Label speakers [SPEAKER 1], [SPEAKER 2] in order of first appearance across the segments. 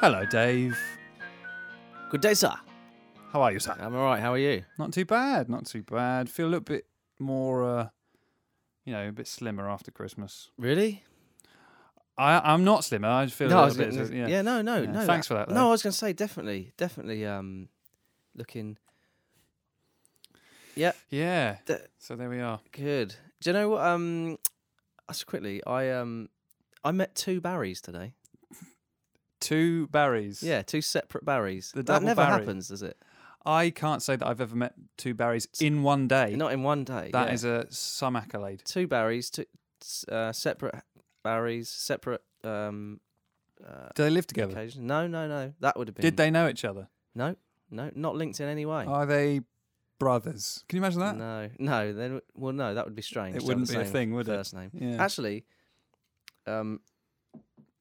[SPEAKER 1] Hello, Dave.
[SPEAKER 2] Good day, sir.
[SPEAKER 1] How are you, sir?
[SPEAKER 2] I'm all right. How are you?
[SPEAKER 1] Not too bad. Not too bad. Feel a little bit more, uh, you know, a bit slimmer after Christmas.
[SPEAKER 2] Really?
[SPEAKER 1] I, I'm not slimmer. I just feel
[SPEAKER 2] no, I
[SPEAKER 1] a
[SPEAKER 2] was
[SPEAKER 1] little bit.
[SPEAKER 2] gonna-
[SPEAKER 1] yeah.
[SPEAKER 2] no, no,
[SPEAKER 1] Yeah,
[SPEAKER 2] no.
[SPEAKER 1] thanks for that,
[SPEAKER 2] No,
[SPEAKER 1] though.
[SPEAKER 2] I was going to say definitely, definitely. Um, looking
[SPEAKER 1] Yeah.
[SPEAKER 2] The-
[SPEAKER 1] so there we are.
[SPEAKER 2] good. Do you know what? Um, just quickly, I um, I met two Barrys today.
[SPEAKER 1] Two Barrys.
[SPEAKER 2] Yeah, two separate Barrys.
[SPEAKER 1] The
[SPEAKER 2] that
[SPEAKER 1] double
[SPEAKER 2] never
[SPEAKER 1] Barry.
[SPEAKER 2] happens, does it?
[SPEAKER 1] I can't say that I've ever met two Barrys in one day.
[SPEAKER 2] Not in one day.
[SPEAKER 1] That
[SPEAKER 2] yeah.
[SPEAKER 1] is a some accolade.
[SPEAKER 2] two Barrys, two s- uh, separate Barrys, separate um. Uh,
[SPEAKER 1] Do they live together?
[SPEAKER 2] occasion. No, no, no. That would have been.
[SPEAKER 1] Did they know each other?
[SPEAKER 2] No, no, not linked in any way.
[SPEAKER 1] Are they brothers? Can you imagine that?
[SPEAKER 2] No, no. Then well, no, that would be strange.
[SPEAKER 1] It
[SPEAKER 2] to have
[SPEAKER 1] wouldn't
[SPEAKER 2] the
[SPEAKER 1] be a
[SPEAKER 2] same
[SPEAKER 1] thing, would it?
[SPEAKER 2] first name.
[SPEAKER 1] Yeah.
[SPEAKER 2] Actually, um,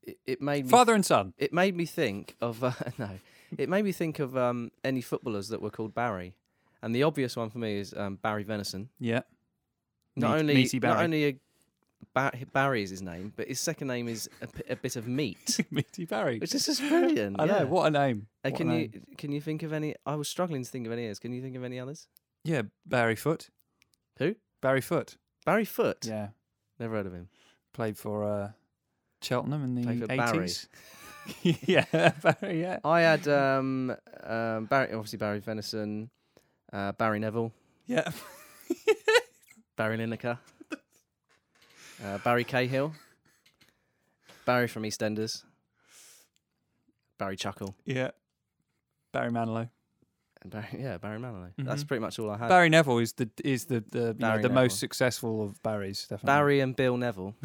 [SPEAKER 2] it, it made me,
[SPEAKER 1] Father and son.
[SPEAKER 2] it made me think of uh, no, it made me think of um any footballers that were called Barry, and the obvious one for me is um, Barry Venison.
[SPEAKER 1] Yeah.
[SPEAKER 2] Not
[SPEAKER 1] Meat-
[SPEAKER 2] only
[SPEAKER 1] meaty
[SPEAKER 2] not
[SPEAKER 1] Barry.
[SPEAKER 2] only a Bar- Barry is his name, but his second name is a, p- a bit of meat,
[SPEAKER 1] Meaty Barry.
[SPEAKER 2] which is just brilliant.
[SPEAKER 1] I know.
[SPEAKER 2] yeah.
[SPEAKER 1] What a name.
[SPEAKER 2] Uh,
[SPEAKER 1] What a
[SPEAKER 2] can you
[SPEAKER 1] name.
[SPEAKER 2] can you think of any? I was struggling to think of any others. Can you think of any others?
[SPEAKER 1] Yeah, Barry Foot.
[SPEAKER 2] Who?
[SPEAKER 1] Barry Foot.
[SPEAKER 2] Barry Foot.
[SPEAKER 1] Yeah.
[SPEAKER 2] Never heard of him.
[SPEAKER 1] played for uh, Cheltenham in
[SPEAKER 2] Played
[SPEAKER 1] the
[SPEAKER 2] for Barry.
[SPEAKER 1] eighties. yeah, Barry, yeah,
[SPEAKER 2] I had um, um, Barry, obviously Barry Venison, uh, Barry Neville,
[SPEAKER 1] yeah.
[SPEAKER 2] Barry Lineker, uh, Barry Cahill, Barry from EastEnders, Barry Chuckle,
[SPEAKER 1] yeah. Barry Manilow.
[SPEAKER 2] and Barry, yeah, Barry Manilow. That's
[SPEAKER 1] Mhm.
[SPEAKER 2] pretty much all I had. Barry,
[SPEAKER 1] Barry Neville is the is the the, you know,
[SPEAKER 2] Uh, Barry
[SPEAKER 1] the
[SPEAKER 2] Neville.
[SPEAKER 1] most successful of Barrys. Definitely.
[SPEAKER 2] and Bill Neville.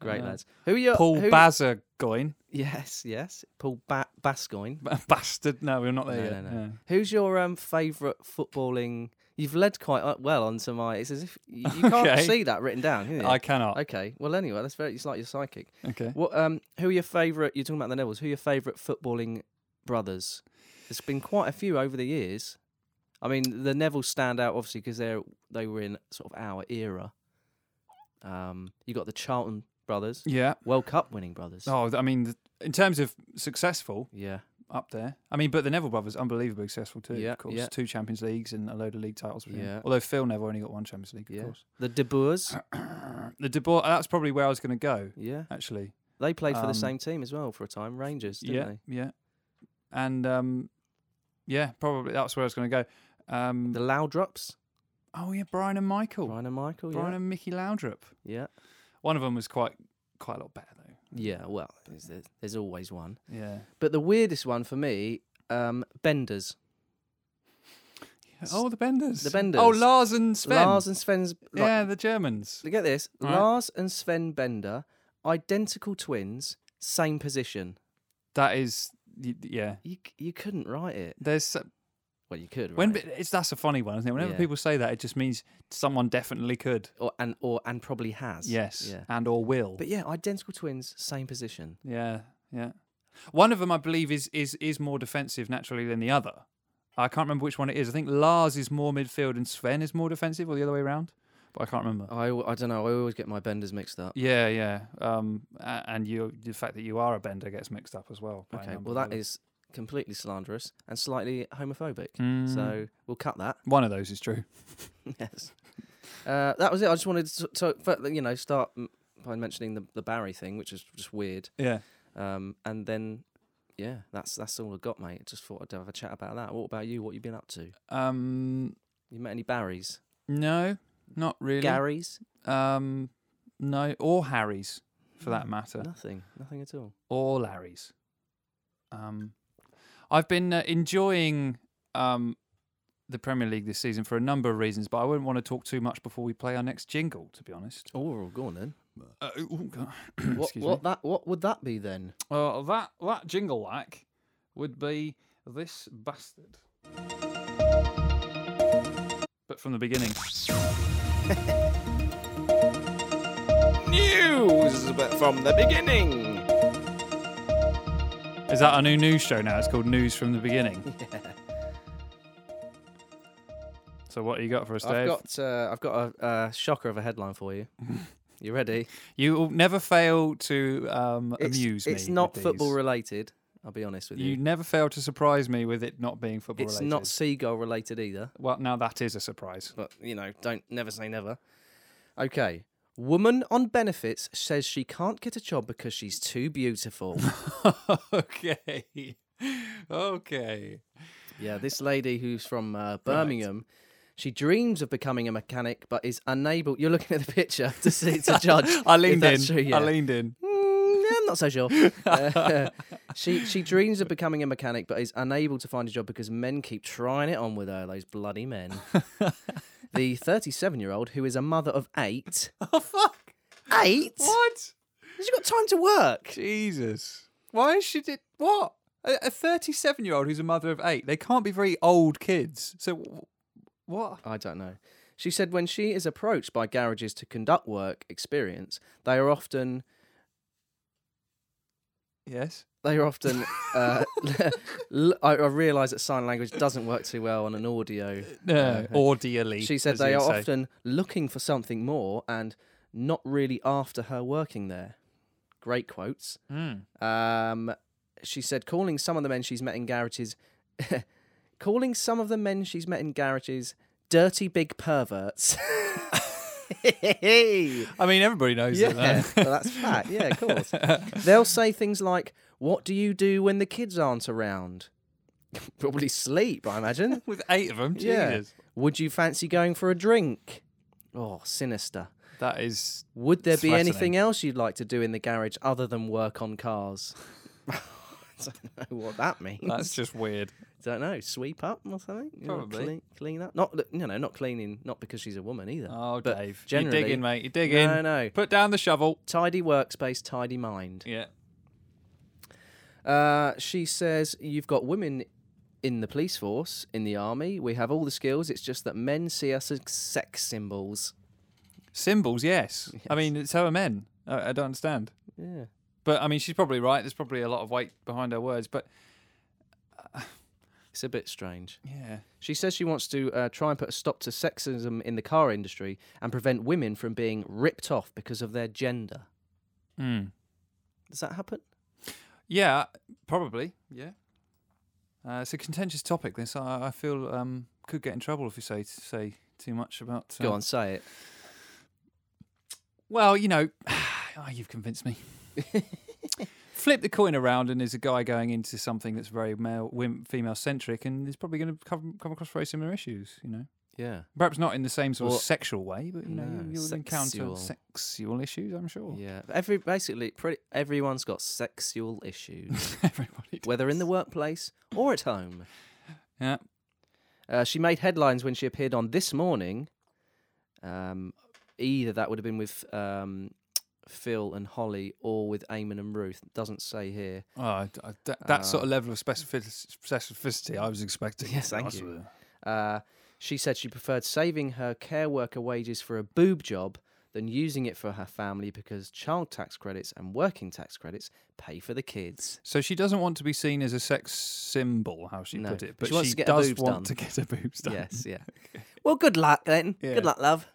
[SPEAKER 2] Great
[SPEAKER 1] Uh,
[SPEAKER 2] lads. Who are your
[SPEAKER 1] Paul
[SPEAKER 2] who-
[SPEAKER 1] Bazagoin.
[SPEAKER 2] Yes, yes. Paul ba- Bascoigne.
[SPEAKER 1] Bastard. No, we're not there
[SPEAKER 2] No,
[SPEAKER 1] yet.
[SPEAKER 2] no, no.
[SPEAKER 1] Yeah.
[SPEAKER 2] Who's your um, favourite footballing? You've led quite uh, well onto my. It's as if you, you can't
[SPEAKER 1] Okay.
[SPEAKER 2] see that written down. Can you?
[SPEAKER 1] I cannot.
[SPEAKER 2] Okay. Well, anyway, that's very. It's like your psychic.
[SPEAKER 1] okay.
[SPEAKER 2] What? Um. Who are your favourite? You're talking about the Nevilles. Who are your favourite footballing brothers? There's been quite a few over the years. I mean, the Nevilles stand out obviously because they're they were in sort of our era. Um. You got the Charlton brothers,
[SPEAKER 1] Yeah.
[SPEAKER 2] World Cup winning brothers.
[SPEAKER 1] Oh, th- I mean, th- in terms of successful,
[SPEAKER 2] Yeah.
[SPEAKER 1] up there. I mean, but the Neville brothers, unbelievably successful too.
[SPEAKER 2] Yeah,
[SPEAKER 1] of course,
[SPEAKER 2] yeah.
[SPEAKER 1] two Champions Leagues and a load of league titles. With
[SPEAKER 2] Yeah.
[SPEAKER 1] him. Although Phil Neville only got one Champions League, of
[SPEAKER 2] Yeah.
[SPEAKER 1] course.
[SPEAKER 2] The De Boers.
[SPEAKER 1] The De Boer, that's probably where I was going to go,
[SPEAKER 2] yeah.
[SPEAKER 1] actually.
[SPEAKER 2] They played for the
[SPEAKER 1] Um,
[SPEAKER 2] same team as well for a time, Rangers, didn't
[SPEAKER 1] yeah,
[SPEAKER 2] they?
[SPEAKER 1] yeah, and um, yeah, probably that's where I was going to go. Um,
[SPEAKER 2] The Loudrops,
[SPEAKER 1] oh yeah, Brian and Michael, Brian,
[SPEAKER 2] Brian oh, and Michael.
[SPEAKER 1] and Mickey Laudrup.
[SPEAKER 2] yeah.
[SPEAKER 1] One of them was quite quite a lot better though.
[SPEAKER 2] yeah, yeah. Well, there's, there's always one.
[SPEAKER 1] Yeah.
[SPEAKER 2] But the weirdest one for me, um, Benders,
[SPEAKER 1] Oh, the Benders.
[SPEAKER 2] the Benders.
[SPEAKER 1] Oh, Lars and Sven.
[SPEAKER 2] Lars and Sven's. Like,
[SPEAKER 1] yeah, the Germans.
[SPEAKER 2] Get this,
[SPEAKER 1] Right.
[SPEAKER 2] Lars and Sven Bender, identical twins, same position.
[SPEAKER 1] That is, y- yeah.
[SPEAKER 2] You c- you couldn't write it.
[SPEAKER 1] There's so-
[SPEAKER 2] Well, you could.
[SPEAKER 1] when
[SPEAKER 2] right?
[SPEAKER 1] it's that's a funny one, isn't it? Whenever
[SPEAKER 2] Yeah.
[SPEAKER 1] people say that, it just means someone definitely could.
[SPEAKER 2] or and or and probably has.
[SPEAKER 1] Yes,
[SPEAKER 2] Yeah.
[SPEAKER 1] and or will.
[SPEAKER 2] But yeah, identical twins, same position.
[SPEAKER 1] Yeah, yeah. One of them, I believe, is is is more defensive naturally than the other. I can't remember which one it is. I think Lars is more midfield and Sven is more defensive, or the other way around. But I can't remember.
[SPEAKER 2] I, al- I don't know. I always get my Benders mixed up.
[SPEAKER 1] Yeah, yeah. Um, a- and you, the fact that you are a bender gets mixed up as well. by a
[SPEAKER 2] Okay.
[SPEAKER 1] number
[SPEAKER 2] Well,
[SPEAKER 1] of
[SPEAKER 2] that
[SPEAKER 1] others.
[SPEAKER 2] is completely slanderous and slightly homophobic.
[SPEAKER 1] Mm,
[SPEAKER 2] So we'll cut that.
[SPEAKER 1] one of those is true.
[SPEAKER 2] yes. Uh, that was it. I just wanted to, to fir- you know, start m- by mentioning the, the Barry thing, which is just weird.
[SPEAKER 1] Yeah.
[SPEAKER 2] Um, and then, yeah, that's that's all I got, mate. Just thought I'd have a chat about that. What about you? What you been up to?
[SPEAKER 1] Um,
[SPEAKER 2] You met any Barrys?
[SPEAKER 1] no, not really.
[SPEAKER 2] Garys?
[SPEAKER 1] Um, no, or Harry's for
[SPEAKER 2] Hmm.
[SPEAKER 1] that matter.
[SPEAKER 2] Nothing. Nothing at all.
[SPEAKER 1] or Larry's. Um, I've been uh, enjoying um, the Premier League this season for a number of reasons, but I wouldn't want to talk too much before we play our next jingle, to be honest.
[SPEAKER 2] Oh, we're all gone then.
[SPEAKER 1] Uh, ooh, God.
[SPEAKER 2] what
[SPEAKER 1] Excuse
[SPEAKER 2] what that what would that be then?
[SPEAKER 1] me. Uh, that, that jingle lack would be this bastard. But from the beginning.
[SPEAKER 2] News, but from the beginning.
[SPEAKER 1] Is that our new news show now? It's called News from the Beginning. So what you got for us,
[SPEAKER 2] I've
[SPEAKER 1] Dave?
[SPEAKER 2] got uh, I've got a, a shocker of a headline for you. You ready?
[SPEAKER 1] You will never fail to um,
[SPEAKER 2] It's-
[SPEAKER 1] amuse me.
[SPEAKER 2] It's
[SPEAKER 1] with
[SPEAKER 2] not football
[SPEAKER 1] these.
[SPEAKER 2] related. I'll be honest with you.
[SPEAKER 1] You never fail to surprise me with it not being football
[SPEAKER 2] it's
[SPEAKER 1] related.
[SPEAKER 2] not seagull related either.
[SPEAKER 1] Well, now that is a surprise.
[SPEAKER 2] But you know, don't never say never. Okay. Woman on benefits says she can't get a job because she's too beautiful.
[SPEAKER 1] okay. Okay.
[SPEAKER 2] yeah, this lady who's from uh, Birmingham, she dreams of becoming a mechanic but is unable. You're looking at the picture to see to judge.
[SPEAKER 1] I
[SPEAKER 2] if
[SPEAKER 1] leaned in.
[SPEAKER 2] that's true, yeah.
[SPEAKER 1] I leaned in.
[SPEAKER 2] Mm, I'm not so sure. Uh, she she dreams of becoming a mechanic, but is unable to find a job because men keep trying it on with her. Those bloody men. the 37 year old who is a mother of eight.
[SPEAKER 1] Oh fuck!
[SPEAKER 2] Eight?
[SPEAKER 1] What?
[SPEAKER 2] She's got time to work.
[SPEAKER 1] Jesus! Why she did what? A a thirty-seven-year-old who's a mother of eight. They can't be very old kids. So w- what?
[SPEAKER 2] I don't know. She said when she is approached by garages to conduct work experience, they are often
[SPEAKER 1] Yes.
[SPEAKER 2] they are often. Uh, l- I, I realise that sign language doesn't work too well on an audio
[SPEAKER 1] No. Audially.
[SPEAKER 2] Uh, She said
[SPEAKER 1] as
[SPEAKER 2] they
[SPEAKER 1] you'd
[SPEAKER 2] are
[SPEAKER 1] say.
[SPEAKER 2] often looking for something more and not really after her working there. Great quotes.
[SPEAKER 1] Mm.
[SPEAKER 2] Um, she said calling some of the men she's met in garages, calling some of the men she's met in garages, dirty big perverts. yeah,
[SPEAKER 1] I mean, everybody knows
[SPEAKER 2] well,
[SPEAKER 1] that. though.
[SPEAKER 2] that's fact. Yeah, of course. They'll say things like, "What do you do when the kids aren't around?" Probably sleep, I imagine.
[SPEAKER 1] With eight of them,
[SPEAKER 2] Yeah.
[SPEAKER 1] Jesus.
[SPEAKER 2] Would you fancy going for a drink? Oh, sinister.
[SPEAKER 1] That is
[SPEAKER 2] Would there be
[SPEAKER 1] Threatening.
[SPEAKER 2] anything else you'd like to do in the garage other than work on cars? I don't know what that means.
[SPEAKER 1] that's just weird.
[SPEAKER 2] Don't know. Sweep up or something. You know,
[SPEAKER 1] Probably.
[SPEAKER 2] clean, clean up. Not that- you know, not cleaning. Not because she's a woman either.
[SPEAKER 1] Oh,
[SPEAKER 2] But
[SPEAKER 1] Dave, you dig
[SPEAKER 2] generally-
[SPEAKER 1] in, mate. You dig in.
[SPEAKER 2] no, no.
[SPEAKER 1] Put down the shovel.
[SPEAKER 2] Tidy workspace, tidy mind.
[SPEAKER 1] Yeah.
[SPEAKER 2] Uh, she says you've got women in the police force, in the army. We have all the skills. It's just that men see us as sex symbols.
[SPEAKER 1] Symbols, yes. I mean, it's her men. I, I don't understand.
[SPEAKER 2] Yeah.
[SPEAKER 1] But I mean, she's probably right. There's probably a lot of weight behind her words. But
[SPEAKER 2] It's a bit strange.
[SPEAKER 1] yeah,
[SPEAKER 2] She says she wants to uh, try and put a stop to sexism in the car industry and prevent women from being ripped off because of their gender.
[SPEAKER 1] mm.
[SPEAKER 2] Does that happen?
[SPEAKER 1] yeah, probably. Yeah, uh, it's a contentious topic. This I, I feel um, could get in trouble if you say say too much about. uh,
[SPEAKER 2] Go on, say it.
[SPEAKER 1] Well, you know, ah, you've convinced me. Flip the coin around, and there's a guy going into something that's very male, female centric, and he's probably going to come, come across very similar issues. You know.
[SPEAKER 2] Yeah.
[SPEAKER 1] Perhaps not in the same sort
[SPEAKER 2] Or-
[SPEAKER 1] of sexual way, but you know,
[SPEAKER 2] No,
[SPEAKER 1] you'll encounter
[SPEAKER 2] sexual.
[SPEAKER 1] sexual issues, I'm sure.
[SPEAKER 2] Yeah. Every basically pretty everyone's got sexual issues,
[SPEAKER 1] Everybody. does.
[SPEAKER 2] whether in the workplace or at home.
[SPEAKER 1] Yeah.
[SPEAKER 2] Uh, she made headlines when she appeared on This Morning. Um, either that would have been with um, Phil and Holly or with Eamon and Ruth. Doesn't say here.
[SPEAKER 1] Oh, I- I- that, that
[SPEAKER 2] Uh,
[SPEAKER 1] sort of level of specificity, specificity I was expecting.
[SPEAKER 2] Yes, thank
[SPEAKER 1] That's
[SPEAKER 2] you.
[SPEAKER 1] what-
[SPEAKER 2] Uh, she said she preferred saving her care worker wages for a boob job than using it for her family because child tax credits and working tax credits pay for the kids.
[SPEAKER 1] So she doesn't want to be seen as a sex symbol, how she
[SPEAKER 2] No,
[SPEAKER 1] put it,
[SPEAKER 2] but
[SPEAKER 1] but
[SPEAKER 2] she wants
[SPEAKER 1] she,
[SPEAKER 2] to get her
[SPEAKER 1] does
[SPEAKER 2] boobs
[SPEAKER 1] want
[SPEAKER 2] done.
[SPEAKER 1] to get her boobs done.
[SPEAKER 2] Yes, yeah. Well, good luck then.
[SPEAKER 1] Yeah.
[SPEAKER 2] Good luck, love.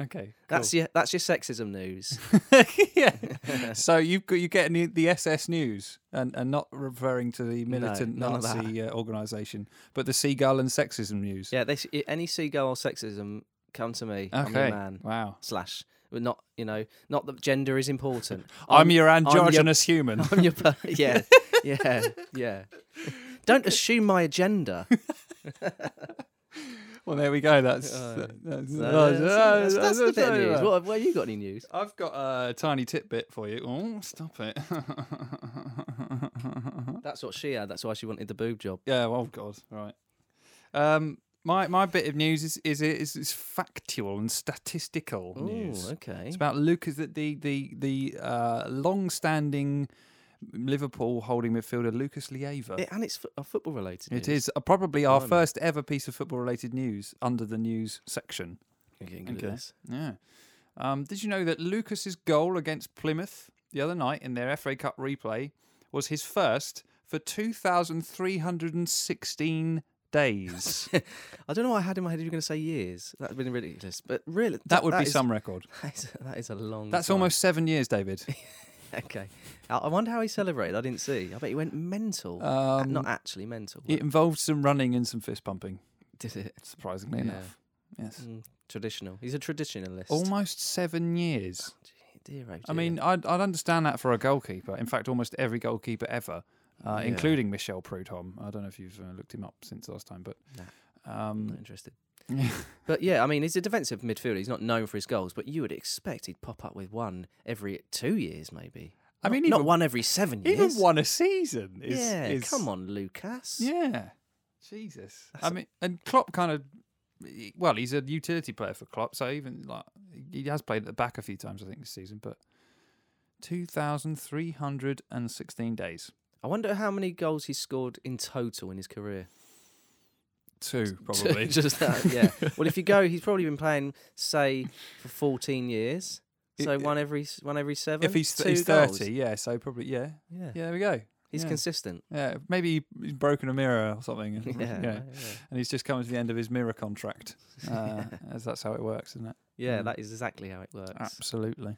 [SPEAKER 1] Okay.
[SPEAKER 2] That's your that's your sexism news.
[SPEAKER 1] cool. yeah. so you've got you get the, the SS news and, and not referring to the militant
[SPEAKER 2] none of that.
[SPEAKER 1] Nazi uh, organisation, but the seagull and sexism news.
[SPEAKER 2] yeah, this i- any seagull or sexism, come to me. I'm
[SPEAKER 1] Okay.
[SPEAKER 2] your man.
[SPEAKER 1] Wow.
[SPEAKER 2] Slash. But not you know, not that gender is important.
[SPEAKER 1] I'm, your
[SPEAKER 2] your-
[SPEAKER 1] androgynous human.
[SPEAKER 2] I'm your per- yeah, yeah, yeah. Don't assume my agenda.
[SPEAKER 1] Well, there we go. That's
[SPEAKER 2] Oh.
[SPEAKER 1] that- that's,
[SPEAKER 2] No,
[SPEAKER 1] that's-
[SPEAKER 2] that's, that's,
[SPEAKER 1] that's-
[SPEAKER 2] the
[SPEAKER 1] that's
[SPEAKER 2] bit
[SPEAKER 1] what
[SPEAKER 2] of
[SPEAKER 1] I
[SPEAKER 2] news.
[SPEAKER 1] like.
[SPEAKER 2] What, have- what have you got any news?
[SPEAKER 1] I've got a tiny tidbit for you. Oh, stop it!
[SPEAKER 2] That's what she had. That's why she wanted the boob job.
[SPEAKER 1] yeah. Oh God. Right. Um. My my bit of news is is is, is factual and statistical news.
[SPEAKER 2] Ooh, okay.
[SPEAKER 1] It's about Lucas, the the the, the uh, long-standing Liverpool holding midfielder Lucas Leiva.
[SPEAKER 2] It- and it's fo- uh, football related.
[SPEAKER 1] it
[SPEAKER 2] news.
[SPEAKER 1] is uh, probably our
[SPEAKER 2] Blimey.
[SPEAKER 1] first ever piece of football-related news under the news section.
[SPEAKER 2] I'm getting good at
[SPEAKER 1] Okay.
[SPEAKER 2] this.
[SPEAKER 1] Yeah. Um, did you know that Lucas's goal against Plymouth the other night in their FA Cup replay was his first for 2,316 days.
[SPEAKER 2] I don't know. Why I had in my head you were going to say years. That'd been ridiculous. But really,
[SPEAKER 1] That would be
[SPEAKER 2] is- Oh
[SPEAKER 1] some record.
[SPEAKER 2] That is, that is a long.
[SPEAKER 1] That's
[SPEAKER 2] time.
[SPEAKER 1] almost seven years, David.
[SPEAKER 2] okay. I- I wonder how he celebrated. I didn't see. I bet he went mental. Uh,
[SPEAKER 1] Um,
[SPEAKER 2] Not actually mental.
[SPEAKER 1] it involved some running and some fist pumping,
[SPEAKER 2] Did it?
[SPEAKER 1] surprisingly
[SPEAKER 2] Yeah.
[SPEAKER 1] enough. Yes.
[SPEAKER 2] Mm, traditional. He's a traditionalist.
[SPEAKER 1] Almost seven years.
[SPEAKER 2] Gee, dear, oh
[SPEAKER 1] I
[SPEAKER 2] dear.
[SPEAKER 1] mean, I'd, I'd understand that for a goalkeeper. In fact, almost every goalkeeper ever, uh,
[SPEAKER 2] Yeah.
[SPEAKER 1] including Michel Prudhomme. I don't know if you've uh, looked him up since last time, but
[SPEAKER 2] I'm not
[SPEAKER 1] um,
[SPEAKER 2] interested. But yeah, I mean, he's a defensive midfielder. He's not known for his goals, but you would expect he'd pop up with one every two years, maybe.
[SPEAKER 1] I mean,
[SPEAKER 2] not
[SPEAKER 1] even-
[SPEAKER 2] one every seven years.
[SPEAKER 1] even one a season is.
[SPEAKER 2] yeah,
[SPEAKER 1] is-
[SPEAKER 2] come on, Lucas.
[SPEAKER 1] Yeah. Jesus. I mean, and Klopp kind of. Well, he's a utility player for Klopp, so even like he has played at the back a few times, I think, this season. But two thousand three hundred and sixteen days,
[SPEAKER 2] I wonder how many goals he scored in total in his career.
[SPEAKER 1] two probably.
[SPEAKER 2] Just that, yeah. well, if you go, he's probably been playing, say, for 14 years.
[SPEAKER 1] I-
[SPEAKER 2] So one every s- one every seven.
[SPEAKER 1] if he's,
[SPEAKER 2] two
[SPEAKER 1] he's
[SPEAKER 2] goals.
[SPEAKER 1] thirty, yeah, so probably yeah,
[SPEAKER 2] yeah,
[SPEAKER 1] yeah. There we go.
[SPEAKER 2] he's
[SPEAKER 1] yeah.
[SPEAKER 2] consistent.
[SPEAKER 1] Yeah, maybe he's broken a mirror or something.
[SPEAKER 2] Yeah,
[SPEAKER 1] and- yeah.
[SPEAKER 2] right, yeah.
[SPEAKER 1] and he's just coming to the end of his mirror contract, uh, as that's how it works, isn't it?
[SPEAKER 2] Yeah,
[SPEAKER 1] Mm.
[SPEAKER 2] that is exactly how it works.
[SPEAKER 1] Absolutely.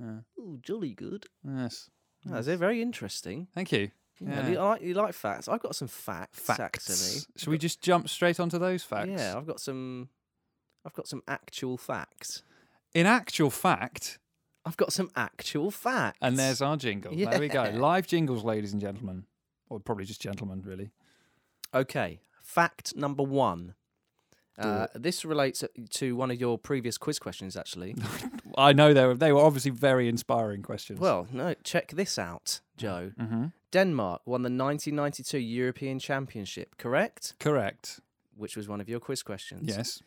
[SPEAKER 1] Yeah.
[SPEAKER 2] Ooh, jolly good.
[SPEAKER 1] Yes.
[SPEAKER 2] Oh, they're very interesting.
[SPEAKER 1] Thank you.
[SPEAKER 2] Yeah. You,
[SPEAKER 1] Hmm. Yeah.
[SPEAKER 2] like, you like facts. I've got some facts, actually.
[SPEAKER 1] Should we just jump straight onto those facts?
[SPEAKER 2] Yeah, I've got some. I've got some actual facts.
[SPEAKER 1] In actual fact,
[SPEAKER 2] I've got some actual facts.
[SPEAKER 1] and there's our jingle. There we go.
[SPEAKER 2] Yeah.
[SPEAKER 1] Live jingles, ladies and gentlemen. Or probably just gentlemen, really.
[SPEAKER 2] okay. Fact number one.
[SPEAKER 1] Do
[SPEAKER 2] Uh, this relates to one of your previous quiz questions, actually.
[SPEAKER 1] I know they were, they were obviously very inspiring questions.
[SPEAKER 2] well, no, check this out, Joe.
[SPEAKER 1] hmm
[SPEAKER 2] Denmark won the 1992 European Championship, correct?
[SPEAKER 1] correct.
[SPEAKER 2] Which was one of your quiz questions.
[SPEAKER 1] Yes.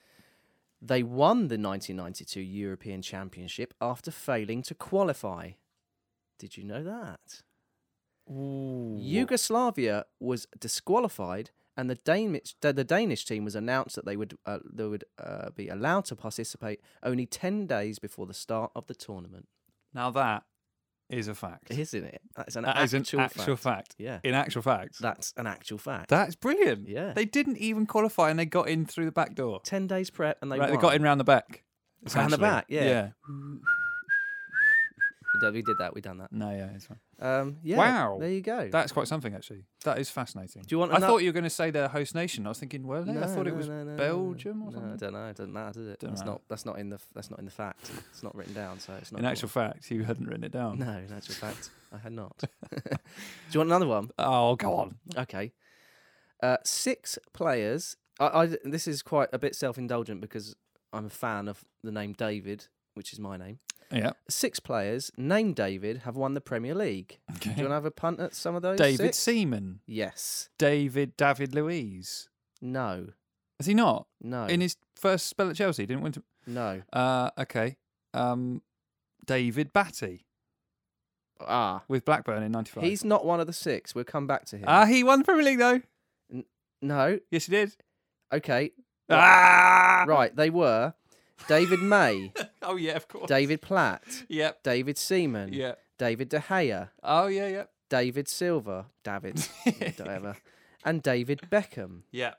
[SPEAKER 2] They won the 1992 European Championship after failing to qualify. Did you know that? Yugoslavia was disqualified, and the Danish the, the Danish team was announced that they would uh, they would uh, be allowed to participate only ten days before the start of the tournament.
[SPEAKER 1] Now that is a fact.
[SPEAKER 2] Isn't it? That's an
[SPEAKER 1] That is
[SPEAKER 2] actual,
[SPEAKER 1] an actual
[SPEAKER 2] fact.
[SPEAKER 1] fact.
[SPEAKER 2] Yeah,
[SPEAKER 1] In actual fact.
[SPEAKER 2] that's an actual fact.
[SPEAKER 1] That's brilliant.
[SPEAKER 2] Yeah.
[SPEAKER 1] They didn't even qualify and they got in through the back door.
[SPEAKER 2] ten days prep, and they,
[SPEAKER 1] Right, they
[SPEAKER 2] won.
[SPEAKER 1] got in round the back.
[SPEAKER 2] Round the
[SPEAKER 1] essentially.
[SPEAKER 2] back, yeah.
[SPEAKER 1] Yeah.
[SPEAKER 2] We did- We did that. We done that.
[SPEAKER 1] No, yeah, it's fine.
[SPEAKER 2] Um, yeah.
[SPEAKER 1] Wow.
[SPEAKER 2] There you go.
[SPEAKER 1] That's quite something, actually. That is fascinating.
[SPEAKER 2] Do you want?
[SPEAKER 1] I
[SPEAKER 2] ano-
[SPEAKER 1] thought you were going to say their host nation. I was thinking, well, they? I thought it
[SPEAKER 2] no,
[SPEAKER 1] was
[SPEAKER 2] no, no, no,
[SPEAKER 1] Belgium
[SPEAKER 2] no.
[SPEAKER 1] or something.
[SPEAKER 2] No, I don't know. It doesn't matter, does it?
[SPEAKER 1] Don't
[SPEAKER 2] That's
[SPEAKER 1] matter.
[SPEAKER 2] not. That's not in the. That's not in the fact. It's not written down, so it's not.
[SPEAKER 1] In
[SPEAKER 2] important.
[SPEAKER 1] actual fact, you hadn't written it down.
[SPEAKER 2] No, in actual fact, I had not. Do you want another one?
[SPEAKER 1] Oh, go on.
[SPEAKER 2] Okay. Uh, six players. I, I, this is quite a bit self indulgent because I'm a fan of the name David, which is my name.
[SPEAKER 1] Yeah.
[SPEAKER 2] Six players named David have won the Premier League. Do you want
[SPEAKER 1] Okay.
[SPEAKER 2] to have a punt at some of those?
[SPEAKER 1] David
[SPEAKER 2] six?
[SPEAKER 1] Seaman.
[SPEAKER 2] Yes.
[SPEAKER 1] David David Louise.
[SPEAKER 2] No.
[SPEAKER 1] Is he not?
[SPEAKER 2] No.
[SPEAKER 1] In his first spell at Chelsea, he didn't win. To...
[SPEAKER 2] no.
[SPEAKER 1] Uh, okay. Um, David Batty
[SPEAKER 2] Ah.
[SPEAKER 1] with Blackburn in 95.
[SPEAKER 2] He's not one of the six. We'll come back to him.
[SPEAKER 1] Ah, he won the Premier League, though.
[SPEAKER 2] no.
[SPEAKER 1] Yes, he did.
[SPEAKER 2] Okay. What?
[SPEAKER 1] Ah!
[SPEAKER 2] Right. They were David May,
[SPEAKER 1] Oh, yeah, of course.
[SPEAKER 2] David Platt,
[SPEAKER 1] Yep.
[SPEAKER 2] David Seaman,
[SPEAKER 1] Yeah.
[SPEAKER 2] David De Gea,
[SPEAKER 1] Oh, yeah, yeah.
[SPEAKER 2] David Silva, David, whatever, and David Beckham.
[SPEAKER 1] Yeah.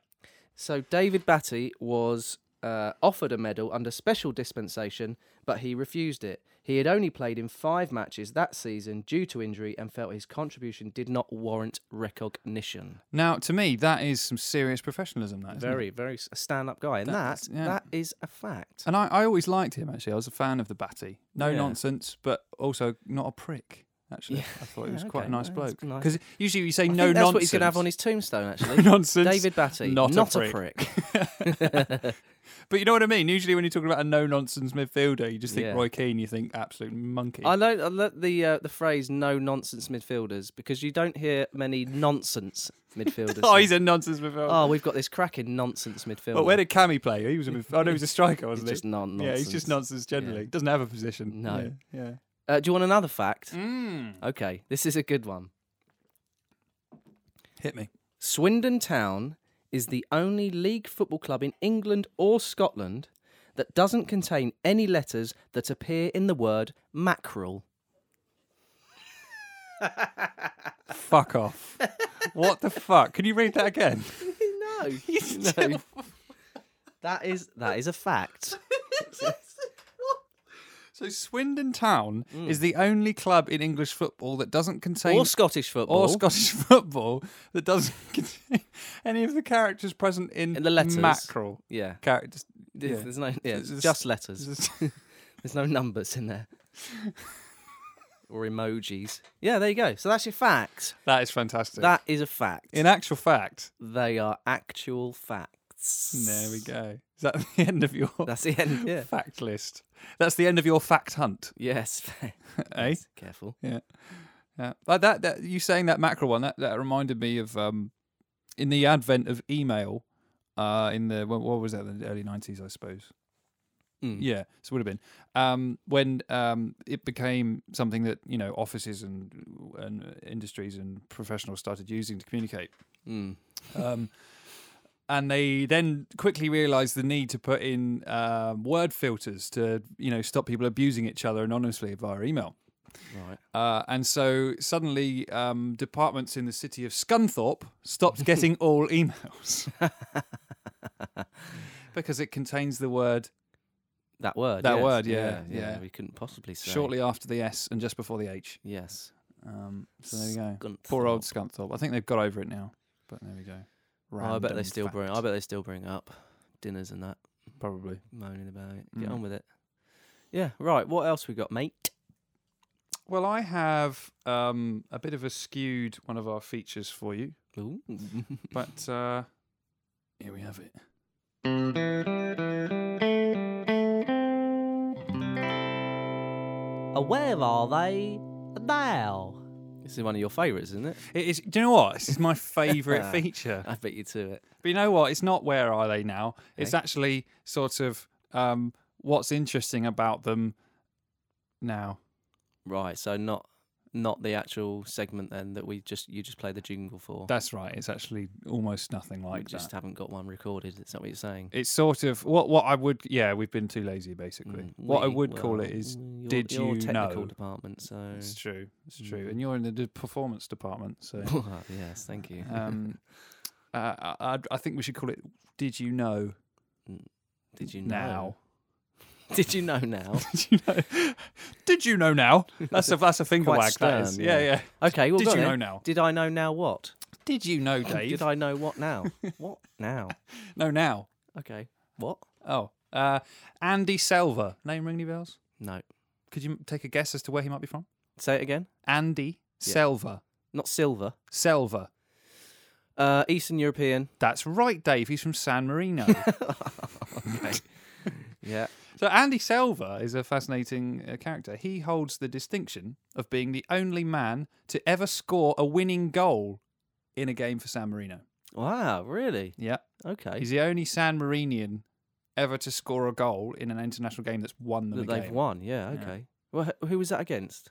[SPEAKER 2] So David Batty was uh, offered a medal under special dispensation, but he refused it. He had only played in five matches that season due to injury and felt his contribution did not warrant recognition.
[SPEAKER 1] Now, to me, that is some serious professionalism. That isn't it?
[SPEAKER 2] Very, very s- a stand-up guy, and that
[SPEAKER 1] That's-
[SPEAKER 2] that,
[SPEAKER 1] yeah.
[SPEAKER 2] is a fact.
[SPEAKER 1] And I, I always liked him actually. I was a fan of the Batty. No
[SPEAKER 2] Yeah.
[SPEAKER 1] nonsense, but also not a prick. Actually,
[SPEAKER 2] Yeah.
[SPEAKER 1] I thought he
[SPEAKER 2] Yeah,
[SPEAKER 1] was quite a
[SPEAKER 2] okay.
[SPEAKER 1] nice
[SPEAKER 2] Well, that's
[SPEAKER 1] bloke.
[SPEAKER 2] nice.
[SPEAKER 1] Because usually you say
[SPEAKER 2] I
[SPEAKER 1] no
[SPEAKER 2] think that's
[SPEAKER 1] nonsense.
[SPEAKER 2] what he's going to have on his tombstone, actually.
[SPEAKER 1] nonsense.
[SPEAKER 2] David Batty,
[SPEAKER 1] not
[SPEAKER 2] not,
[SPEAKER 1] a
[SPEAKER 2] a,
[SPEAKER 1] prick.
[SPEAKER 2] prick.
[SPEAKER 1] But you know what I mean. Usually when you're talking about a no nonsense midfielder, you just think
[SPEAKER 2] Yeah.
[SPEAKER 1] Roy Keane. You think absolute monkey.
[SPEAKER 2] I like I like the uh, the phrase "no nonsense midfielders" because you don't hear many nonsense midfielders.
[SPEAKER 1] oh, he's a nonsense midfielder.
[SPEAKER 2] oh, we've got this cracking nonsense midfielder.
[SPEAKER 1] but where did Cammy play? He was a midf- oh no, he was a striker,
[SPEAKER 2] It's
[SPEAKER 1] wasn't
[SPEAKER 2] just
[SPEAKER 1] he?
[SPEAKER 2] non nonsense.
[SPEAKER 1] Yeah, he's just nonsense generally. Doesn't have a position.
[SPEAKER 2] No.
[SPEAKER 1] Yeah.
[SPEAKER 2] Uh, do you want another fact?
[SPEAKER 1] yeah. Mm.
[SPEAKER 2] Okay, this is a good one.
[SPEAKER 1] Hit me.
[SPEAKER 2] Swindon Town is the only league football club in England or Scotland that doesn't contain any letters that appear in the word mackerel.
[SPEAKER 1] Fuck off. what the fuck? Can you read that again?
[SPEAKER 2] no, No,
[SPEAKER 1] He's
[SPEAKER 2] no.
[SPEAKER 1] still-
[SPEAKER 2] That is that is a fact.
[SPEAKER 1] so Swindon Town is the only club in English football that doesn't contain
[SPEAKER 2] Hmm. or Scottish football.
[SPEAKER 1] or Scottish football that doesn't contain any of the characters present in,
[SPEAKER 2] In the letters.
[SPEAKER 1] mackerel
[SPEAKER 2] yeah.
[SPEAKER 1] characters.
[SPEAKER 2] There's,
[SPEAKER 1] Yeah.
[SPEAKER 2] there's no yeah,
[SPEAKER 1] It's
[SPEAKER 2] it's
[SPEAKER 1] just-
[SPEAKER 2] just letters. There's no numbers in there. or emojis. Yeah, there you go. So that's your fact.
[SPEAKER 1] that is fantastic.
[SPEAKER 2] That is a fact.
[SPEAKER 1] in actual fact,
[SPEAKER 2] they are actual facts.
[SPEAKER 1] there we go. Is that the end of your
[SPEAKER 2] That's the end. Yeah.
[SPEAKER 1] fact list? That's the end of your fact hunt,
[SPEAKER 2] yes.
[SPEAKER 1] eh?
[SPEAKER 2] Careful.
[SPEAKER 1] Yeah, yeah. Like that, that you saying that macro one that, that reminded me of um, in the advent of email, uh, in the what, what was that? The early nineties, I suppose.
[SPEAKER 2] Mm.
[SPEAKER 1] Yeah, so it would have been um, when um, it became something that you know offices and and uh, industries and professionals started using to communicate.
[SPEAKER 2] Mm.
[SPEAKER 1] Um, and they then quickly realised the need to put in um word filters to you know stop people abusing each other anonymously via email.
[SPEAKER 2] Right.
[SPEAKER 1] Uh, and so suddenly, um, departments in the city of Scunthorpe stopped getting all emails because it contains the word
[SPEAKER 2] That word.
[SPEAKER 1] That
[SPEAKER 2] yes.
[SPEAKER 1] word, yeah,
[SPEAKER 2] yeah.
[SPEAKER 1] yeah.
[SPEAKER 2] We couldn't possibly say.
[SPEAKER 1] shortly after the S and just before the H.
[SPEAKER 2] Yes.
[SPEAKER 1] Um, so there we go.
[SPEAKER 2] Gunther.
[SPEAKER 1] Poor old Scunthorpe. I think they've got over it now, but there we go.
[SPEAKER 2] Oh, I bet they
[SPEAKER 1] Random
[SPEAKER 2] still bring. I
[SPEAKER 1] fact.
[SPEAKER 2] bet they still bring up dinners and that,
[SPEAKER 1] probably.
[SPEAKER 2] moaning about it. Get
[SPEAKER 1] Mm.
[SPEAKER 2] on with it. Yeah. Right. What else we got, mate?
[SPEAKER 1] Well, I have um, a bit of a skewed one of our features for you,
[SPEAKER 2] Ooh.
[SPEAKER 1] but uh, here we have it. Uh,
[SPEAKER 2] Where are they now? This is one of your favourites, isn't it?
[SPEAKER 1] It is. Do you know what? This is my favourite feature.
[SPEAKER 2] I bet you to it.
[SPEAKER 1] But you know what? It's not where are they now. It's
[SPEAKER 2] Okay.
[SPEAKER 1] actually sort of um, what's interesting about them now.
[SPEAKER 2] Right. So not not the actual segment then that we just you just play the jingle for.
[SPEAKER 1] That's right. It's actually almost nothing
[SPEAKER 2] we
[SPEAKER 1] like
[SPEAKER 2] just
[SPEAKER 1] that.
[SPEAKER 2] haven't got one recorded. Is that what you're saying?
[SPEAKER 1] It's sort of what what I would. Yeah, we've been too lazy basically.
[SPEAKER 2] Mm,
[SPEAKER 1] what I
[SPEAKER 2] we-
[SPEAKER 1] would call
[SPEAKER 2] well,
[SPEAKER 1] it is.
[SPEAKER 2] your-
[SPEAKER 1] did
[SPEAKER 2] your
[SPEAKER 1] you
[SPEAKER 2] technical
[SPEAKER 1] know?
[SPEAKER 2] department? So
[SPEAKER 1] It's true. It's
[SPEAKER 2] Mm-hmm.
[SPEAKER 1] true. And you're in the d- performance department, so.
[SPEAKER 2] yes, thank you.
[SPEAKER 1] Um, uh, I, I'd- I think we should call it "Did you know?"
[SPEAKER 2] Did you know?
[SPEAKER 1] now?
[SPEAKER 2] Did you know now?
[SPEAKER 1] Did you know? Did you know now? That's a that's a finger
[SPEAKER 2] Quite
[SPEAKER 1] wag. that is.
[SPEAKER 2] stern,
[SPEAKER 1] Yeah,
[SPEAKER 2] yeah.
[SPEAKER 1] yeah.
[SPEAKER 2] Okay, well,
[SPEAKER 1] Did
[SPEAKER 2] go
[SPEAKER 1] you
[SPEAKER 2] on
[SPEAKER 1] know
[SPEAKER 2] then.
[SPEAKER 1] now?
[SPEAKER 2] Did I know now what?
[SPEAKER 1] Did you know, Dave?
[SPEAKER 2] Oh, Did I know what now? what now?
[SPEAKER 1] No, now.
[SPEAKER 2] Okay, what?
[SPEAKER 1] Oh, uh, Andy Selva. Name ring any bells?
[SPEAKER 2] No.
[SPEAKER 1] Could you m- take a guess as to where he might be from?
[SPEAKER 2] Say it again.
[SPEAKER 1] Andy
[SPEAKER 2] Yeah.
[SPEAKER 1] Selva.
[SPEAKER 2] Not silver.
[SPEAKER 1] Selva.
[SPEAKER 2] Uh, Eastern European.
[SPEAKER 1] That's right, Dave. He's from San Marino.
[SPEAKER 2] Yeah.
[SPEAKER 1] so Andy Selva is a fascinating uh, character. He holds the distinction of being the only man to ever score a winning goal in a game for San Marino.
[SPEAKER 2] Wow, really?
[SPEAKER 1] Yeah.
[SPEAKER 2] Okay.
[SPEAKER 1] He's the only San Marinian ever to score a goal in an international game that's won them
[SPEAKER 2] that
[SPEAKER 1] a
[SPEAKER 2] they've
[SPEAKER 1] game.
[SPEAKER 2] won. Yeah.
[SPEAKER 1] Yeah.
[SPEAKER 2] Okay. Well, wh- who was that against?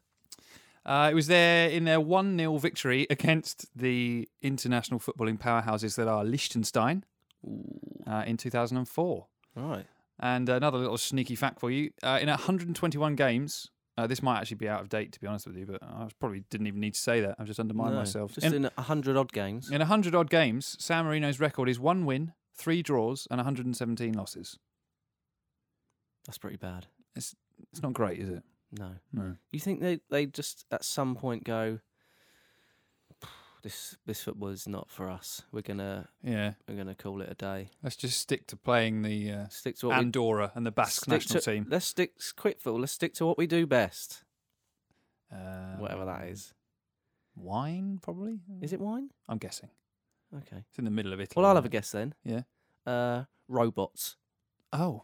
[SPEAKER 1] Uh, it was their in their one 0 victory against the international footballing powerhouses that are Liechtenstein uh, in 2004.
[SPEAKER 2] Right.
[SPEAKER 1] And another little sneaky fact for you: uh, in 121 games, uh, this might actually be out of date to be honest with you, but I probably didn't even need to say that. I've just undermined
[SPEAKER 2] No,
[SPEAKER 1] myself.
[SPEAKER 2] Just
[SPEAKER 1] in,
[SPEAKER 2] in a hundred odd games.
[SPEAKER 1] in 100 odd games, San Marino's record is one win, three draws, and 117 losses.
[SPEAKER 2] That's pretty bad.
[SPEAKER 1] It's not great, is it?
[SPEAKER 2] No.
[SPEAKER 1] No.
[SPEAKER 2] You think they they just at some point go, this this football is not for us. We're gonna
[SPEAKER 1] Yeah.
[SPEAKER 2] we're gonna call it a day.
[SPEAKER 1] Let's just stick to playing the uh,
[SPEAKER 2] Stick to what we
[SPEAKER 1] Andorra and the Basque
[SPEAKER 2] stick
[SPEAKER 1] national
[SPEAKER 2] to-
[SPEAKER 1] team.
[SPEAKER 2] Let's stick quick football. Let's stick to what we do best,
[SPEAKER 1] Uh,
[SPEAKER 2] whatever that is.
[SPEAKER 1] Wine, probably?
[SPEAKER 2] Is it wine?
[SPEAKER 1] I'm guessing.
[SPEAKER 2] Okay.
[SPEAKER 1] It's in the middle of Italy.
[SPEAKER 2] Well, I'll have a
[SPEAKER 1] isn't
[SPEAKER 2] guess then.
[SPEAKER 1] Yeah.
[SPEAKER 2] Uh, robots.
[SPEAKER 1] it? Oh.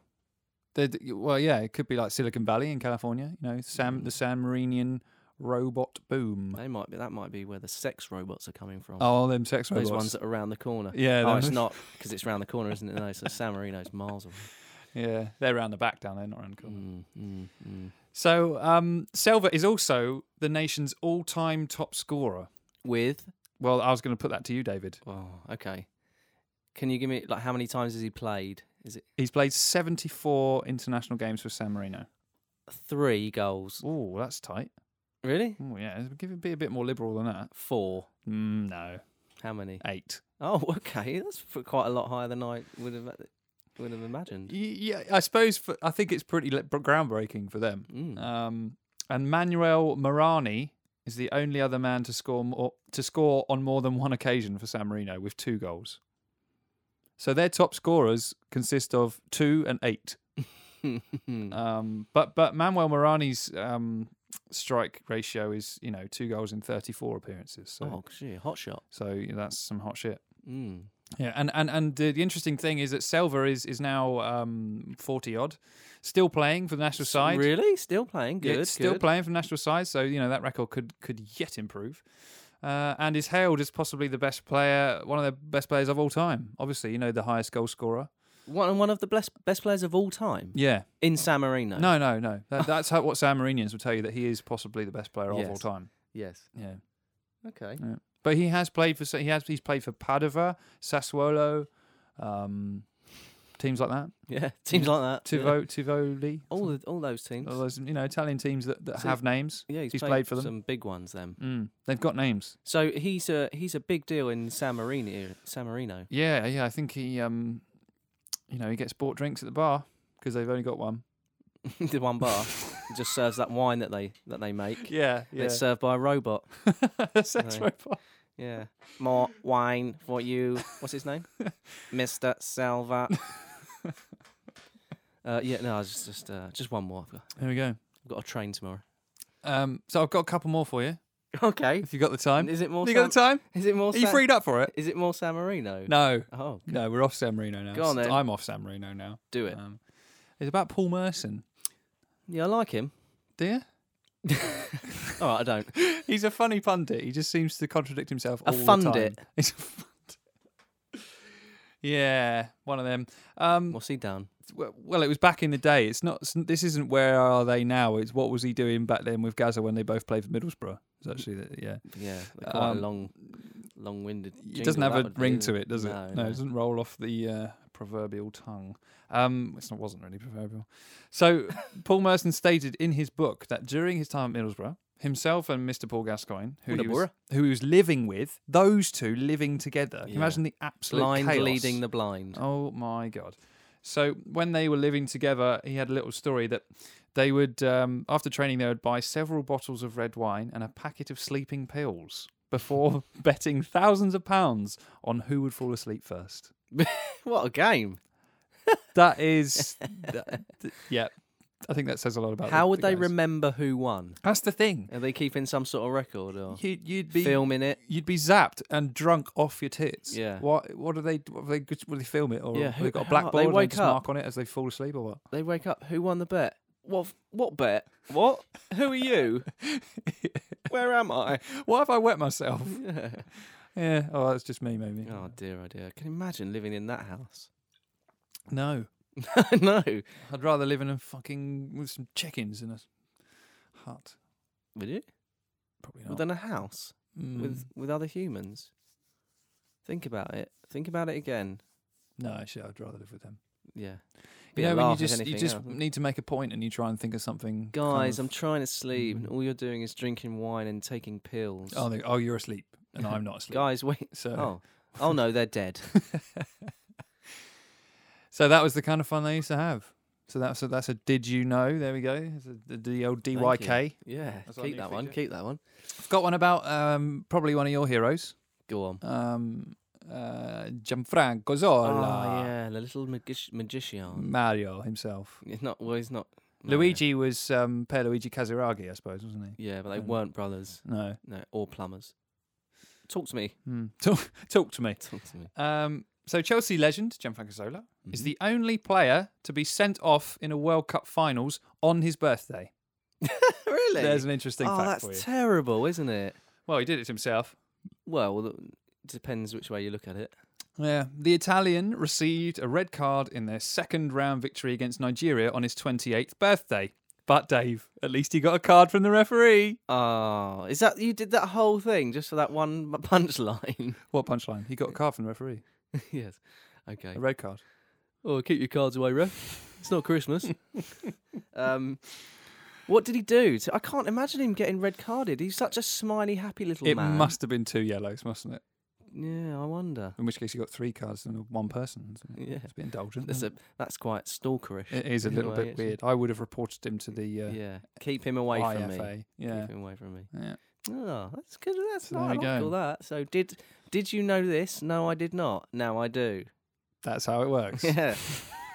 [SPEAKER 1] The, the- well, yeah, it could be like Silicon Valley in California. You know,
[SPEAKER 2] Hmm.
[SPEAKER 1] Sam, the San Marinian robot boom.
[SPEAKER 2] They might be. That might be where the sex robots are coming from.
[SPEAKER 1] Oh, them sex robots.
[SPEAKER 2] Those ones that are around the corner.
[SPEAKER 1] Yeah,
[SPEAKER 2] Oh,
[SPEAKER 1] them-
[SPEAKER 2] it's not because it's round the corner, isn't it? No, so San Marino's miles away.
[SPEAKER 1] Yeah, they're around the back down there, not around the corner.
[SPEAKER 2] Mm, mm, mm.
[SPEAKER 1] So, um, Selva is also the nation's all-time top scorer.
[SPEAKER 2] With
[SPEAKER 1] Well, I was going to put that to you, David.
[SPEAKER 2] oh, okay. Can you give me like how many times has he played? Is it
[SPEAKER 1] He's played 74 international games for San Marino.
[SPEAKER 2] three goals?
[SPEAKER 1] Oh, that's tight.
[SPEAKER 2] Really?
[SPEAKER 1] Oh yeah, it'd give it be a bit more liberal than that.
[SPEAKER 2] Four?
[SPEAKER 1] Mm, no,
[SPEAKER 2] How many?
[SPEAKER 1] eight.
[SPEAKER 2] Oh, okay. That's f- quite a lot higher than I would have would have imagined.
[SPEAKER 1] Y- Yeah, I suppose for, I think it's pretty le- groundbreaking for them.
[SPEAKER 2] Mm.
[SPEAKER 1] Um, and Manuel Morani is the only other man to score more, to score on more than one occasion for San Marino with two goals. So their top scorers consist of two and eight. Um, but but Manuel Morani's um, strike ratio is you know two goals in thirty four appearances. So
[SPEAKER 2] oh, shit, hot shot.
[SPEAKER 1] so you know, that's some hot shit.
[SPEAKER 2] Mm.
[SPEAKER 1] Yeah, and and and the, the interesting thing is that Selva is is now um forty odd, still playing for the national side.
[SPEAKER 2] Really? Still playing?
[SPEAKER 1] Yeah,
[SPEAKER 2] Good.
[SPEAKER 1] still
[SPEAKER 2] good.
[SPEAKER 1] playing for the national side, so you know that record could could yet improve. Uh, and is hailed as possibly the best player, one of the best players of all time. Obviously, you know the highest goal scorer.
[SPEAKER 2] One, one of the best, best players of all time
[SPEAKER 1] Yeah,
[SPEAKER 2] in San Marino.
[SPEAKER 1] no, no, no. That, that's how, what San Marinians will tell you that he is possibly the best player of all
[SPEAKER 2] Yes.
[SPEAKER 1] time.
[SPEAKER 2] Yes.
[SPEAKER 1] Yeah,
[SPEAKER 2] Okay.
[SPEAKER 1] but he has played for he has he's played for Padova, Sassuolo, um, teams like that.
[SPEAKER 2] Yeah. Teams like that. Yeah. Oh,
[SPEAKER 1] Tivo Tivoli.
[SPEAKER 2] All the, all those teams.
[SPEAKER 1] All those, you know, Italian teams that, that
[SPEAKER 2] So-
[SPEAKER 1] have names.
[SPEAKER 2] yeah, he's,
[SPEAKER 1] he's
[SPEAKER 2] played,
[SPEAKER 1] played for them.
[SPEAKER 2] some big ones. Then.
[SPEAKER 1] Mm, they've got names.
[SPEAKER 2] So he's a he's a big deal in San Marino. San Marino.
[SPEAKER 1] Yeah, yeah. I think he, um, you know, he gets bought drinks at the bar because they've only got one.
[SPEAKER 2] the one bar It just serves that wine that they that they make.
[SPEAKER 1] Yeah,
[SPEAKER 2] And It's served by a robot.
[SPEAKER 1] Sex
[SPEAKER 2] Right.
[SPEAKER 1] robot.
[SPEAKER 2] Yeah. More wine for you. What's his name? Mr. Salva. uh, yeah, no, it's just uh, just one more. I've got,
[SPEAKER 1] There we go.
[SPEAKER 2] I've got a train tomorrow.
[SPEAKER 1] Um, so I've got a couple more for you
[SPEAKER 2] Okay.
[SPEAKER 1] if you got the time.
[SPEAKER 2] Is it more?
[SPEAKER 1] you got the
[SPEAKER 2] San-
[SPEAKER 1] time?
[SPEAKER 2] Is it more?
[SPEAKER 1] Are you
[SPEAKER 2] San-
[SPEAKER 1] freed up for it?
[SPEAKER 2] Is it more San Marino?
[SPEAKER 1] No,
[SPEAKER 2] Oh,
[SPEAKER 1] no. We're off San Marino now.
[SPEAKER 2] Go on then.
[SPEAKER 1] I'm off San Marino now.
[SPEAKER 2] do it.
[SPEAKER 1] Um, it's about Paul Merson.
[SPEAKER 2] Yeah, I like him.
[SPEAKER 1] Do you?
[SPEAKER 2] All right, I don't.
[SPEAKER 1] He's a funny pundit. He just seems to contradict himself
[SPEAKER 2] A
[SPEAKER 1] all the time.
[SPEAKER 2] fundit.
[SPEAKER 1] He's a fundit. Yeah, one of them. Um,
[SPEAKER 2] What's he done?
[SPEAKER 1] w- well, it was back in the day. It's not. it's- This isn't where are they now. It's what was he doing back then with Gaza when they both played for Middlesbrough? It's actually the, yeah.
[SPEAKER 2] Yeah, they're quite
[SPEAKER 1] Um,
[SPEAKER 2] a long, long-winded.
[SPEAKER 1] It doesn't have a ring to it, does it?
[SPEAKER 2] No,
[SPEAKER 1] no,
[SPEAKER 2] no.
[SPEAKER 1] it doesn't roll off the uh, proverbial tongue. Um, it's not wasn't really proverbial. So Paul Merson stated in his book that during his time at Middlesbrough, himself and Mr. Paul Gascoigne, who he, was,
[SPEAKER 2] Middlesbrough.
[SPEAKER 1] who he was living with, those two living together. Can you
[SPEAKER 2] Yeah.
[SPEAKER 1] Imagine the absolute
[SPEAKER 2] Blind
[SPEAKER 1] chaos.
[SPEAKER 2] leading the blind.
[SPEAKER 1] Oh my god! So when they were living together, he had a little story that they would, um, after training, they would buy several bottles of red wine and a packet of sleeping pills before betting thousands of pounds on who would fall asleep first.
[SPEAKER 2] What a game!
[SPEAKER 1] That is, that- th- yeah, I think that says a lot about. the-
[SPEAKER 2] How
[SPEAKER 1] the
[SPEAKER 2] would they
[SPEAKER 1] guys.
[SPEAKER 2] remember who won?
[SPEAKER 1] That's the thing.
[SPEAKER 2] Are they keeping some sort of record or
[SPEAKER 1] You, you'd be
[SPEAKER 2] filming it?
[SPEAKER 1] you'd be zapped and drunk off your tits.
[SPEAKER 2] Yeah.
[SPEAKER 1] What what are they? What are they will they film it or
[SPEAKER 2] Yeah,
[SPEAKER 1] have
[SPEAKER 2] who-
[SPEAKER 1] they got a
[SPEAKER 2] how-
[SPEAKER 1] blackboard
[SPEAKER 2] they
[SPEAKER 1] and
[SPEAKER 2] wake
[SPEAKER 1] just
[SPEAKER 2] up.
[SPEAKER 1] mark on it as they fall asleep or what?
[SPEAKER 2] They wake up. Who won the bet? What? f- What bet? What? Who are you? Where am I?
[SPEAKER 1] Why have I wet myself? Yeah. Oh, that's just me, maybe.
[SPEAKER 2] Oh dear, oh dear. Can you imagine living in that house?
[SPEAKER 1] No,
[SPEAKER 2] no,
[SPEAKER 1] I'd rather live in a fucking with some chickens in a hut.
[SPEAKER 2] would you?
[SPEAKER 1] Probably not. Mm,
[SPEAKER 2] Within a house
[SPEAKER 1] Hmm.
[SPEAKER 2] with with other humans. Think about it. Think about it again.
[SPEAKER 1] no, actually, I'd rather live with them.
[SPEAKER 2] Yeah.
[SPEAKER 1] You
[SPEAKER 2] Bit
[SPEAKER 1] know,
[SPEAKER 2] of
[SPEAKER 1] when you
[SPEAKER 2] laugh, if
[SPEAKER 1] just you
[SPEAKER 2] anything
[SPEAKER 1] just
[SPEAKER 2] else.
[SPEAKER 1] need to make a point and you try and think of something. kind
[SPEAKER 2] guys,
[SPEAKER 1] of- Mm-hmm.
[SPEAKER 2] I'm trying to sleep, and all you're doing is drinking wine and taking pills.
[SPEAKER 1] oh, they- oh, you're asleep, and I'm not asleep.
[SPEAKER 2] guys, wait.
[SPEAKER 1] So,
[SPEAKER 2] Oh, oh no, they're dead.
[SPEAKER 1] so that was the kind of fun they used to have. So that's a, that's a did you know? There we go. It's a, the, the old
[SPEAKER 2] you.
[SPEAKER 1] DYK.
[SPEAKER 2] Yeah,
[SPEAKER 1] That's our
[SPEAKER 2] keep
[SPEAKER 1] new
[SPEAKER 2] that one.
[SPEAKER 1] feature.
[SPEAKER 2] Keep that one.
[SPEAKER 1] I've got one about um, probably one of your heroes,
[SPEAKER 2] Go on.
[SPEAKER 1] um, uh, Gianfranco Zola,
[SPEAKER 2] Oh yeah, the little magic- magician.
[SPEAKER 1] Mario himself.
[SPEAKER 2] It's not. Well, he's not. no, yeah.
[SPEAKER 1] Luigi was um, Pierluigi Casiraghi, I suppose, wasn't he?
[SPEAKER 2] Yeah, but they
[SPEAKER 1] Mm.
[SPEAKER 2] weren't brothers.
[SPEAKER 1] No.
[SPEAKER 2] No, or plumbers. Talk to me.
[SPEAKER 1] Hmm. Talk, talk to me.
[SPEAKER 2] Talk to me.
[SPEAKER 1] Um, so Chelsea legend Gianfranco Zola is
[SPEAKER 2] Mhm.
[SPEAKER 1] the only player to be sent off in a World Cup finals on his birthday.
[SPEAKER 2] really?
[SPEAKER 1] There's an interesting
[SPEAKER 2] oh,
[SPEAKER 1] fact
[SPEAKER 2] that's
[SPEAKER 1] for you.
[SPEAKER 2] terrible, isn't it?
[SPEAKER 1] well, he did it himself.
[SPEAKER 2] Well, th- depends which way you look at it.
[SPEAKER 1] Yeah. The Italian received a red card in their second round victory against Nigeria on his 28th birthday. But Dave, at least he got a card from the referee.
[SPEAKER 2] Oh, is that you did that whole thing just for that one m- punchline?
[SPEAKER 1] What punchline? He got a card from the referee.
[SPEAKER 2] yes. Okay.
[SPEAKER 1] A red card.
[SPEAKER 2] Oh, keep your cards away, ref. It's not Christmas. um, what did he do? To, I can't imagine him getting red carded. He's such a smiley, happy little
[SPEAKER 1] It
[SPEAKER 2] man.
[SPEAKER 1] must have been two yellows, mustn't it?
[SPEAKER 2] Yeah, I wonder.
[SPEAKER 1] In which case, you got three cards and one person. Isn't it?
[SPEAKER 2] Yeah.
[SPEAKER 1] It's a bit indulgent.
[SPEAKER 2] That's
[SPEAKER 1] isn't
[SPEAKER 2] a that's quite stalkerish.
[SPEAKER 1] it? it is a
[SPEAKER 2] in a
[SPEAKER 1] little
[SPEAKER 2] way,
[SPEAKER 1] bit
[SPEAKER 2] actually.
[SPEAKER 1] weird. I would have reported him to the uh,
[SPEAKER 2] yeah, keep him away from me.
[SPEAKER 1] IFA. Yeah.
[SPEAKER 2] Keep him away from me.
[SPEAKER 1] yeah.
[SPEAKER 2] Oh, that's good. That's
[SPEAKER 1] So there
[SPEAKER 2] not
[SPEAKER 1] we
[SPEAKER 2] I like
[SPEAKER 1] go.
[SPEAKER 2] all that. So did did you know this? No, I did not. Now I do.
[SPEAKER 1] That's how it works.
[SPEAKER 2] Yeah,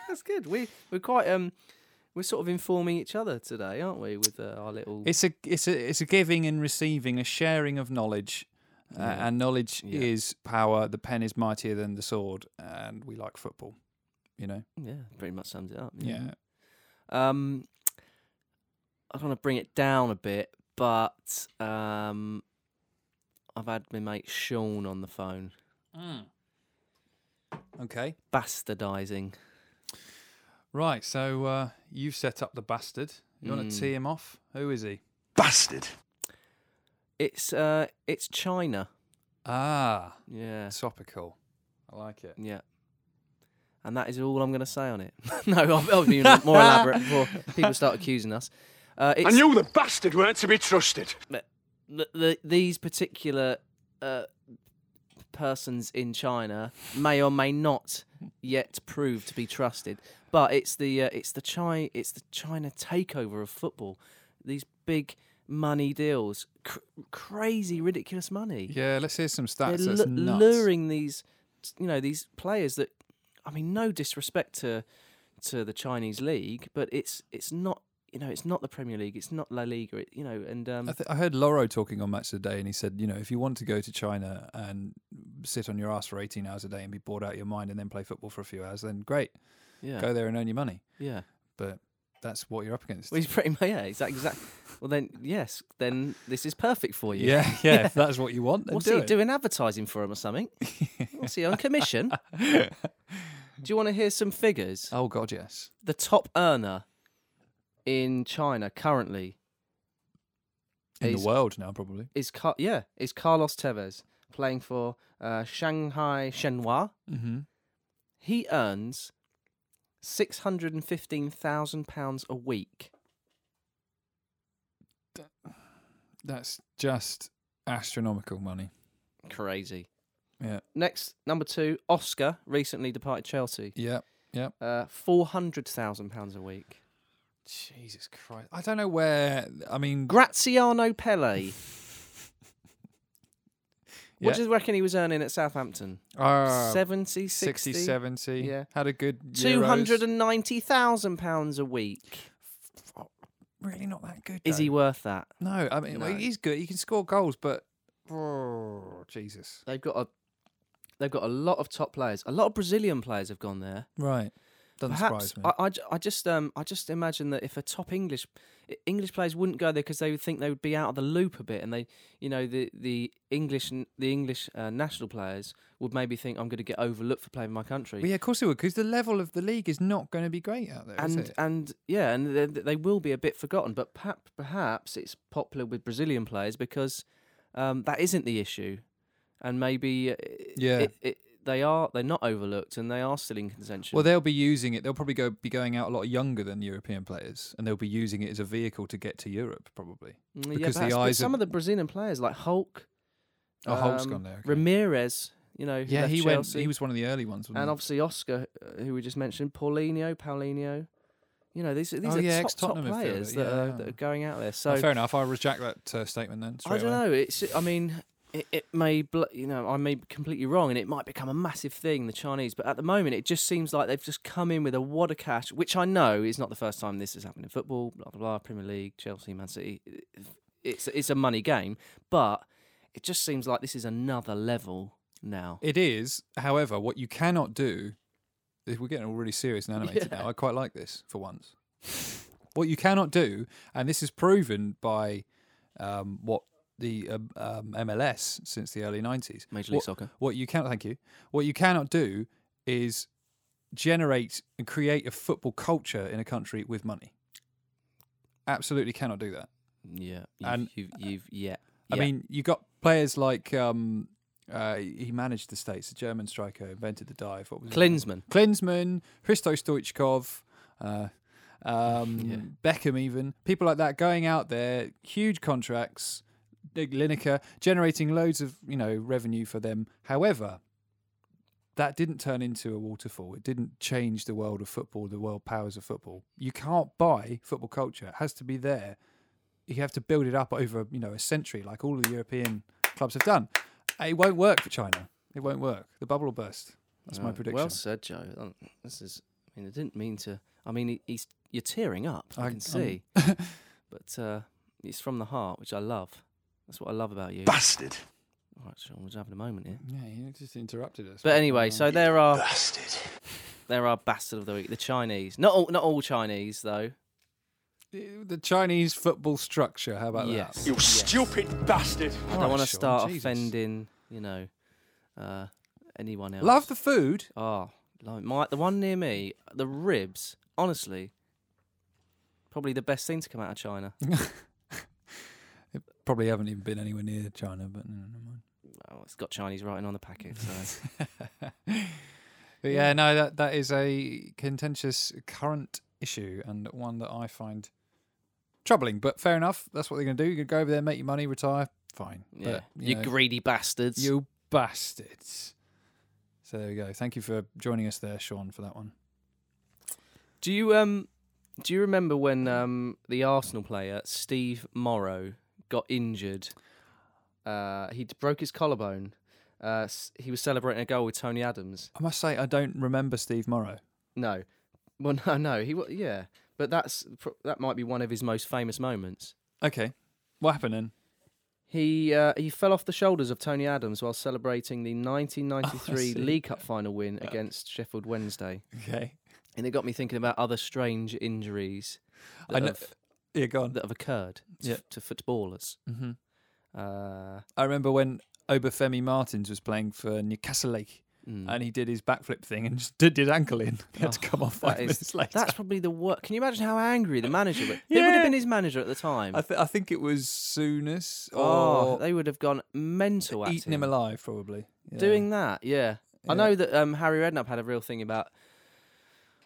[SPEAKER 2] that's good. We we're quite um we're sort of informing each other today, aren't we? With uh, our little
[SPEAKER 1] It's a it's a it's a giving and receiving, a sharing of knowledge, uh,
[SPEAKER 2] Yeah.
[SPEAKER 1] and knowledge
[SPEAKER 2] Yeah.
[SPEAKER 1] is power. The pen is mightier than the sword, and we like football. You know,
[SPEAKER 2] yeah, pretty much sums it up.
[SPEAKER 1] yeah.
[SPEAKER 2] Um, I want to bring it down a bit, but um, I've had my mate Sean on the phone
[SPEAKER 1] Okay,
[SPEAKER 2] bastardizing.
[SPEAKER 1] right. So uh, you've set up the bastard. You want
[SPEAKER 2] Mm.
[SPEAKER 1] to tee him off? Who is he?
[SPEAKER 3] Bastard.
[SPEAKER 2] It's uh, it's China.
[SPEAKER 1] Ah,
[SPEAKER 2] Yeah,
[SPEAKER 1] topical. I like it.
[SPEAKER 2] yeah. And that is all I'm going to say on it. no, I'll, I'll be even more elaborate before people start accusing us. Uh, it's
[SPEAKER 3] I knew the bastard weren't to be trusted.
[SPEAKER 2] th- th- these particular uh, persons in China may or may not yet prove to be trusted. But it's the uh, it's the Chi it's the China takeover of football. These big money deals, cr- crazy, ridiculous money.
[SPEAKER 1] Yeah, let's hear some stats.
[SPEAKER 2] They're
[SPEAKER 1] That's
[SPEAKER 2] lu-
[SPEAKER 1] nuts.
[SPEAKER 2] luring these, you know, these players that, I mean, no disrespect to to the Chinese league, but it's it's not. You know, it's not the Premier League. It's not La Liga. It, you know, and um,
[SPEAKER 1] I, th- I heard Loro talking on Match of the Day, and he said, you know, if you want to go to China and sit on your ass for 18 hours a day and be bored out of your mind and then play football for a few hours, then great,
[SPEAKER 2] yeah,
[SPEAKER 1] go there and earn your money.
[SPEAKER 2] yeah.
[SPEAKER 1] But that's what you're up against.
[SPEAKER 2] Well, he's pretty much yeah, exactly. Exact. Well, then yes, then this is perfect for you.
[SPEAKER 1] yeah, yeah, if that's what you want, then
[SPEAKER 2] What's
[SPEAKER 1] do
[SPEAKER 2] he
[SPEAKER 1] it.
[SPEAKER 2] doing advertising for him or something? What's he on commission? Do you want to hear some figures?
[SPEAKER 1] Oh, God, yes.
[SPEAKER 2] The top earner in China currently
[SPEAKER 1] In
[SPEAKER 2] He's-
[SPEAKER 1] the world now, probably.
[SPEAKER 2] is Car- yeah is Carlos Tevez playing for uh, Shanghai Shenhua.
[SPEAKER 1] Mm-hmm.
[SPEAKER 2] He earns six hundred and fifteen thousand pounds a week.
[SPEAKER 1] That's just astronomical money.
[SPEAKER 2] Crazy.
[SPEAKER 1] Yeah.
[SPEAKER 2] Next number two, Oscar recently departed Chelsea.
[SPEAKER 1] Yeah.
[SPEAKER 2] Uh, four hundred thousand pounds a week.
[SPEAKER 1] Jesus Christ. I don't know where, I mean,
[SPEAKER 2] Graziano Pele. What
[SPEAKER 1] Yeah.
[SPEAKER 2] do you reckon he was earning at Southampton?
[SPEAKER 1] uh,
[SPEAKER 2] 70,
[SPEAKER 1] 60,
[SPEAKER 2] 60,
[SPEAKER 1] 70.
[SPEAKER 2] Yeah.
[SPEAKER 1] Had a good Euros.
[SPEAKER 2] 290,000 pounds a week.
[SPEAKER 1] Really not that good.
[SPEAKER 2] Is
[SPEAKER 1] though.
[SPEAKER 2] he worth that?
[SPEAKER 1] No, I mean well,
[SPEAKER 2] No.
[SPEAKER 1] he's good. He can score goals, but oh, Jesus,
[SPEAKER 2] They've got a they've got a lot of top players. A lot of Brazilian players have gone there.
[SPEAKER 1] right? Doesn't
[SPEAKER 2] Perhaps
[SPEAKER 1] surprise me.
[SPEAKER 2] I, I, ju- I just um I just imagine that if a top English I- English players wouldn't go there because they would think they would be out of the loop a bit, and they you know the the English n- the English uh, national players would maybe think I'm going to get overlooked for playing for my country.
[SPEAKER 1] Well, yeah, of course he would, because the level of the league is not going to be great out there. is
[SPEAKER 2] and
[SPEAKER 1] it?
[SPEAKER 2] and yeah, and they, they will be a bit forgotten, but perhaps perhaps it's popular with Brazilian players because um, that isn't the issue, and maybe uh,
[SPEAKER 1] Yeah.
[SPEAKER 2] it, it, they are they're not overlooked and they are still in contention.
[SPEAKER 1] well, they'll be using it. They'll probably go be going out a lot younger than European players, and they'll be using it as a vehicle to get to Europe, probably.
[SPEAKER 2] Mm, yeah,
[SPEAKER 1] because the
[SPEAKER 2] perhaps, but
[SPEAKER 1] eyes of-
[SPEAKER 2] some of the Brazilian players like Hulk,
[SPEAKER 1] Oh, Hulk's gone there, okay.
[SPEAKER 2] Ramirez, you know, who
[SPEAKER 1] Yeah,
[SPEAKER 2] left
[SPEAKER 1] he went.
[SPEAKER 2] Chelsea,
[SPEAKER 1] He was Mm. one of the early ones. Wasn't
[SPEAKER 2] and
[SPEAKER 1] he?
[SPEAKER 2] obviously Oscar, uh, who we just mentioned, Paulinho, Paulinho. You know, these these
[SPEAKER 1] Oh,
[SPEAKER 2] are
[SPEAKER 1] yeah,
[SPEAKER 2] top top
[SPEAKER 1] ex-Tottenham midfielder,
[SPEAKER 2] players that, are,
[SPEAKER 1] yeah.
[SPEAKER 2] that are going out there. So
[SPEAKER 1] Oh, fair enough. I reject that uh, statement then.
[SPEAKER 2] I
[SPEAKER 1] straight
[SPEAKER 2] don't
[SPEAKER 1] away.
[SPEAKER 2] know. It's. I mean, it, it may. Bl- you know, I may be completely wrong, and it might become a massive thing. The Chinese, but at the moment, it just seems like they've just come in with a wad of cash, which I know is not the first time this has happened in football. Blah blah blah. Premier League, Chelsea, Man City. It's it's a money game, but it just seems like this is another level now.
[SPEAKER 1] It is, however, what you cannot do. If we're getting all really serious and animated
[SPEAKER 2] Yeah.
[SPEAKER 1] now. I quite like this for once. what you cannot do, and this is proven by um, what the um, um, MLS since the early nineties.
[SPEAKER 2] Major League
[SPEAKER 1] What,
[SPEAKER 2] Soccer.
[SPEAKER 1] what you cannot, thank you. What you cannot do is generate and create a football culture in a country with money. Absolutely cannot do that.
[SPEAKER 2] Yeah. You've,
[SPEAKER 1] and- uh,
[SPEAKER 2] you've, you've yeah.
[SPEAKER 1] I
[SPEAKER 2] yeah.
[SPEAKER 1] mean, you got players like um, uh, he managed the states, a German striker, invented the dive. What was his name?
[SPEAKER 2] Klinsmann.
[SPEAKER 1] Klinsmann, Hristo Stoichkov, uh, um,
[SPEAKER 2] Yeah.
[SPEAKER 1] Beckham, even people like that going out there, huge contracts, Nick Lineker, generating loads of you know revenue for them. However, that didn't turn into a waterfall. It didn't change the world of football, the world powers of football. You can't buy football culture; it has to be there. You have to build it up over you know a century, like all the European clubs have done. It won't work for China. It won't work. The bubble will burst. That's my
[SPEAKER 2] Oh,
[SPEAKER 1] prediction.
[SPEAKER 2] Well said, Joe. Um, This is. I mean, I didn't mean to. I mean, he- he's you're tearing up. I,
[SPEAKER 1] I- um,
[SPEAKER 2] can
[SPEAKER 1] I'm-
[SPEAKER 2] see, but uh, it's from the heart, which I love. That's what I love about you.
[SPEAKER 3] Bastard.
[SPEAKER 2] All right, Sean, we're just having a moment here.
[SPEAKER 1] yeah, you just interrupted us.
[SPEAKER 2] But anyway, so there are
[SPEAKER 3] Bastard.
[SPEAKER 2] there are bastard of the week. The Chinese, not all, not all Chinese though.
[SPEAKER 1] the Chinese football structure. How about that?
[SPEAKER 2] yes,
[SPEAKER 3] You
[SPEAKER 2] yes.
[SPEAKER 3] stupid bastard.
[SPEAKER 2] I
[SPEAKER 1] Alright,
[SPEAKER 2] don't want to
[SPEAKER 1] Sean,
[SPEAKER 2] start
[SPEAKER 1] Jesus.
[SPEAKER 2] offending, you know, uh, anyone else.
[SPEAKER 1] Love the food.
[SPEAKER 2] Oh, like my the one near me, the ribs. Honestly, probably the best thing to come out of China.
[SPEAKER 1] Probably haven't even been anywhere near China, but no, never mind.
[SPEAKER 2] Oh, it's got Chinese writing on the packet. So
[SPEAKER 1] But yeah, no, that that is a contentious current issue and one that I find troubling. But fair enough. That's what they're going to do. You can go over there, make your money, retire. Fine.
[SPEAKER 2] yeah,
[SPEAKER 1] But,
[SPEAKER 2] you,
[SPEAKER 1] know,
[SPEAKER 2] greedy bastards.
[SPEAKER 1] you bastards. So there we go. Thank you for joining us there, Sean, for that one.
[SPEAKER 2] Do you um do you remember when um the Arsenal player Steve Morrow got injured? Uh, he d- broke his collarbone. Uh, s- he was celebrating a goal with Tony Adams.
[SPEAKER 1] I must say, I don't remember Steve Morrow.
[SPEAKER 2] No, well, no, no, he wa- yeah, but that's pr- that might be one of his most famous moments.
[SPEAKER 1] Okay. What happened then?
[SPEAKER 2] He uh, he fell off the shoulders of Tony Adams while celebrating the 1993
[SPEAKER 1] Oh, see.
[SPEAKER 2] League Cup final win against Sheffield Wednesday,
[SPEAKER 1] Okay.
[SPEAKER 2] and it got me thinking about other strange injuries that,
[SPEAKER 1] I know-
[SPEAKER 2] have,
[SPEAKER 1] Yeah, go on.
[SPEAKER 2] that have occurred to,
[SPEAKER 1] Yeah.
[SPEAKER 2] to footballers.
[SPEAKER 1] hmm
[SPEAKER 2] Uh,
[SPEAKER 1] I remember when Obafemi Martins was playing for Newcastle Lake
[SPEAKER 2] mm.
[SPEAKER 1] and he did his backflip thing and just did his ankle in. He had to come off five
[SPEAKER 2] Oh, that is-
[SPEAKER 1] minutes later.
[SPEAKER 2] That's probably the worst. Can you imagine how angry the manager would? It would have
[SPEAKER 1] Yeah.
[SPEAKER 2] been his manager at the time.
[SPEAKER 1] I, th- I think it was Soonest
[SPEAKER 2] oh,
[SPEAKER 1] or
[SPEAKER 2] they would have gone mental at
[SPEAKER 1] eating him alive, probably. Yeah.
[SPEAKER 2] doing that. Yeah. I
[SPEAKER 1] Yeah.
[SPEAKER 2] know that um, Harry Redknapp had a real thing about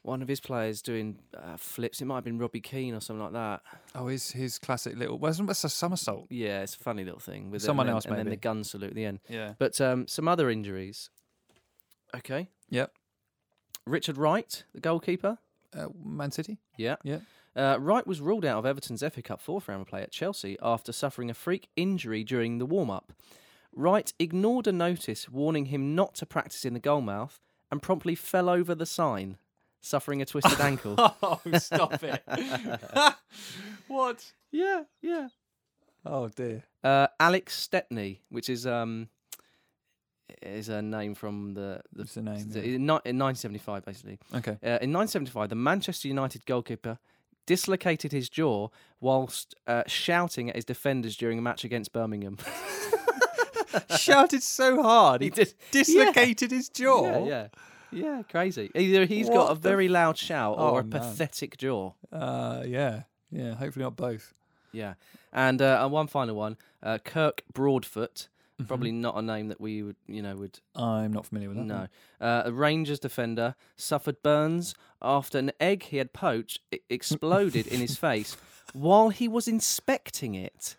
[SPEAKER 2] one of his players doing uh, flips. It might have been Robbie Keane or something like that.
[SPEAKER 1] Oh, his his classic little wasn't that a somersault?
[SPEAKER 2] Yeah, it's a funny little thing with it,
[SPEAKER 1] Someone
[SPEAKER 2] and then,
[SPEAKER 1] else
[SPEAKER 2] and then the
[SPEAKER 1] maybe.
[SPEAKER 2] gun salute at the end.
[SPEAKER 1] Yeah.
[SPEAKER 2] But um, some other injuries. Okay,
[SPEAKER 1] Yep.
[SPEAKER 2] Richard Wright, the goalkeeper.
[SPEAKER 1] Uh, Man City.
[SPEAKER 2] Yeah.
[SPEAKER 1] Yeah.
[SPEAKER 2] Uh, Wright was ruled out of Everton's FA Cup fourth round play at Chelsea after suffering a freak injury during the warm up. Wright ignored a notice warning him not to practice in the goalmouth and promptly fell over the sign, suffering a twisted ankle.
[SPEAKER 1] Oh, stop it! what?
[SPEAKER 2] Yeah, yeah.
[SPEAKER 1] Oh dear.
[SPEAKER 2] Uh, Alex Stepney, which is um, is a name from the the
[SPEAKER 1] What's the name?
[SPEAKER 2] the-
[SPEAKER 1] yeah.
[SPEAKER 2] in ni- in 1975 basically.
[SPEAKER 1] Okay.
[SPEAKER 2] Uh, in 1975, the Manchester United goalkeeper dislocated his jaw whilst uh, shouting at his defenders during a match against Birmingham.
[SPEAKER 1] Shouted so hard he,
[SPEAKER 2] did-
[SPEAKER 1] dislocated his jaw.
[SPEAKER 2] yeah, yeah, yeah, crazy. Either he's got
[SPEAKER 1] What
[SPEAKER 2] a
[SPEAKER 1] the
[SPEAKER 2] very loud shout or
[SPEAKER 1] Oh,
[SPEAKER 2] a
[SPEAKER 1] man.
[SPEAKER 2] pathetic jaw.
[SPEAKER 1] Uh, yeah, yeah. Hopefully not both.
[SPEAKER 2] Yeah, and uh, and one final one, uh, Kirk Broadfoot.
[SPEAKER 1] Mm-hmm.
[SPEAKER 2] Probably not a name that we would, you know, would
[SPEAKER 1] I'm not familiar with that.
[SPEAKER 2] No. Uh, a Rangers defender suffered burns after an egg he had poached e- exploded in his face while he was inspecting it.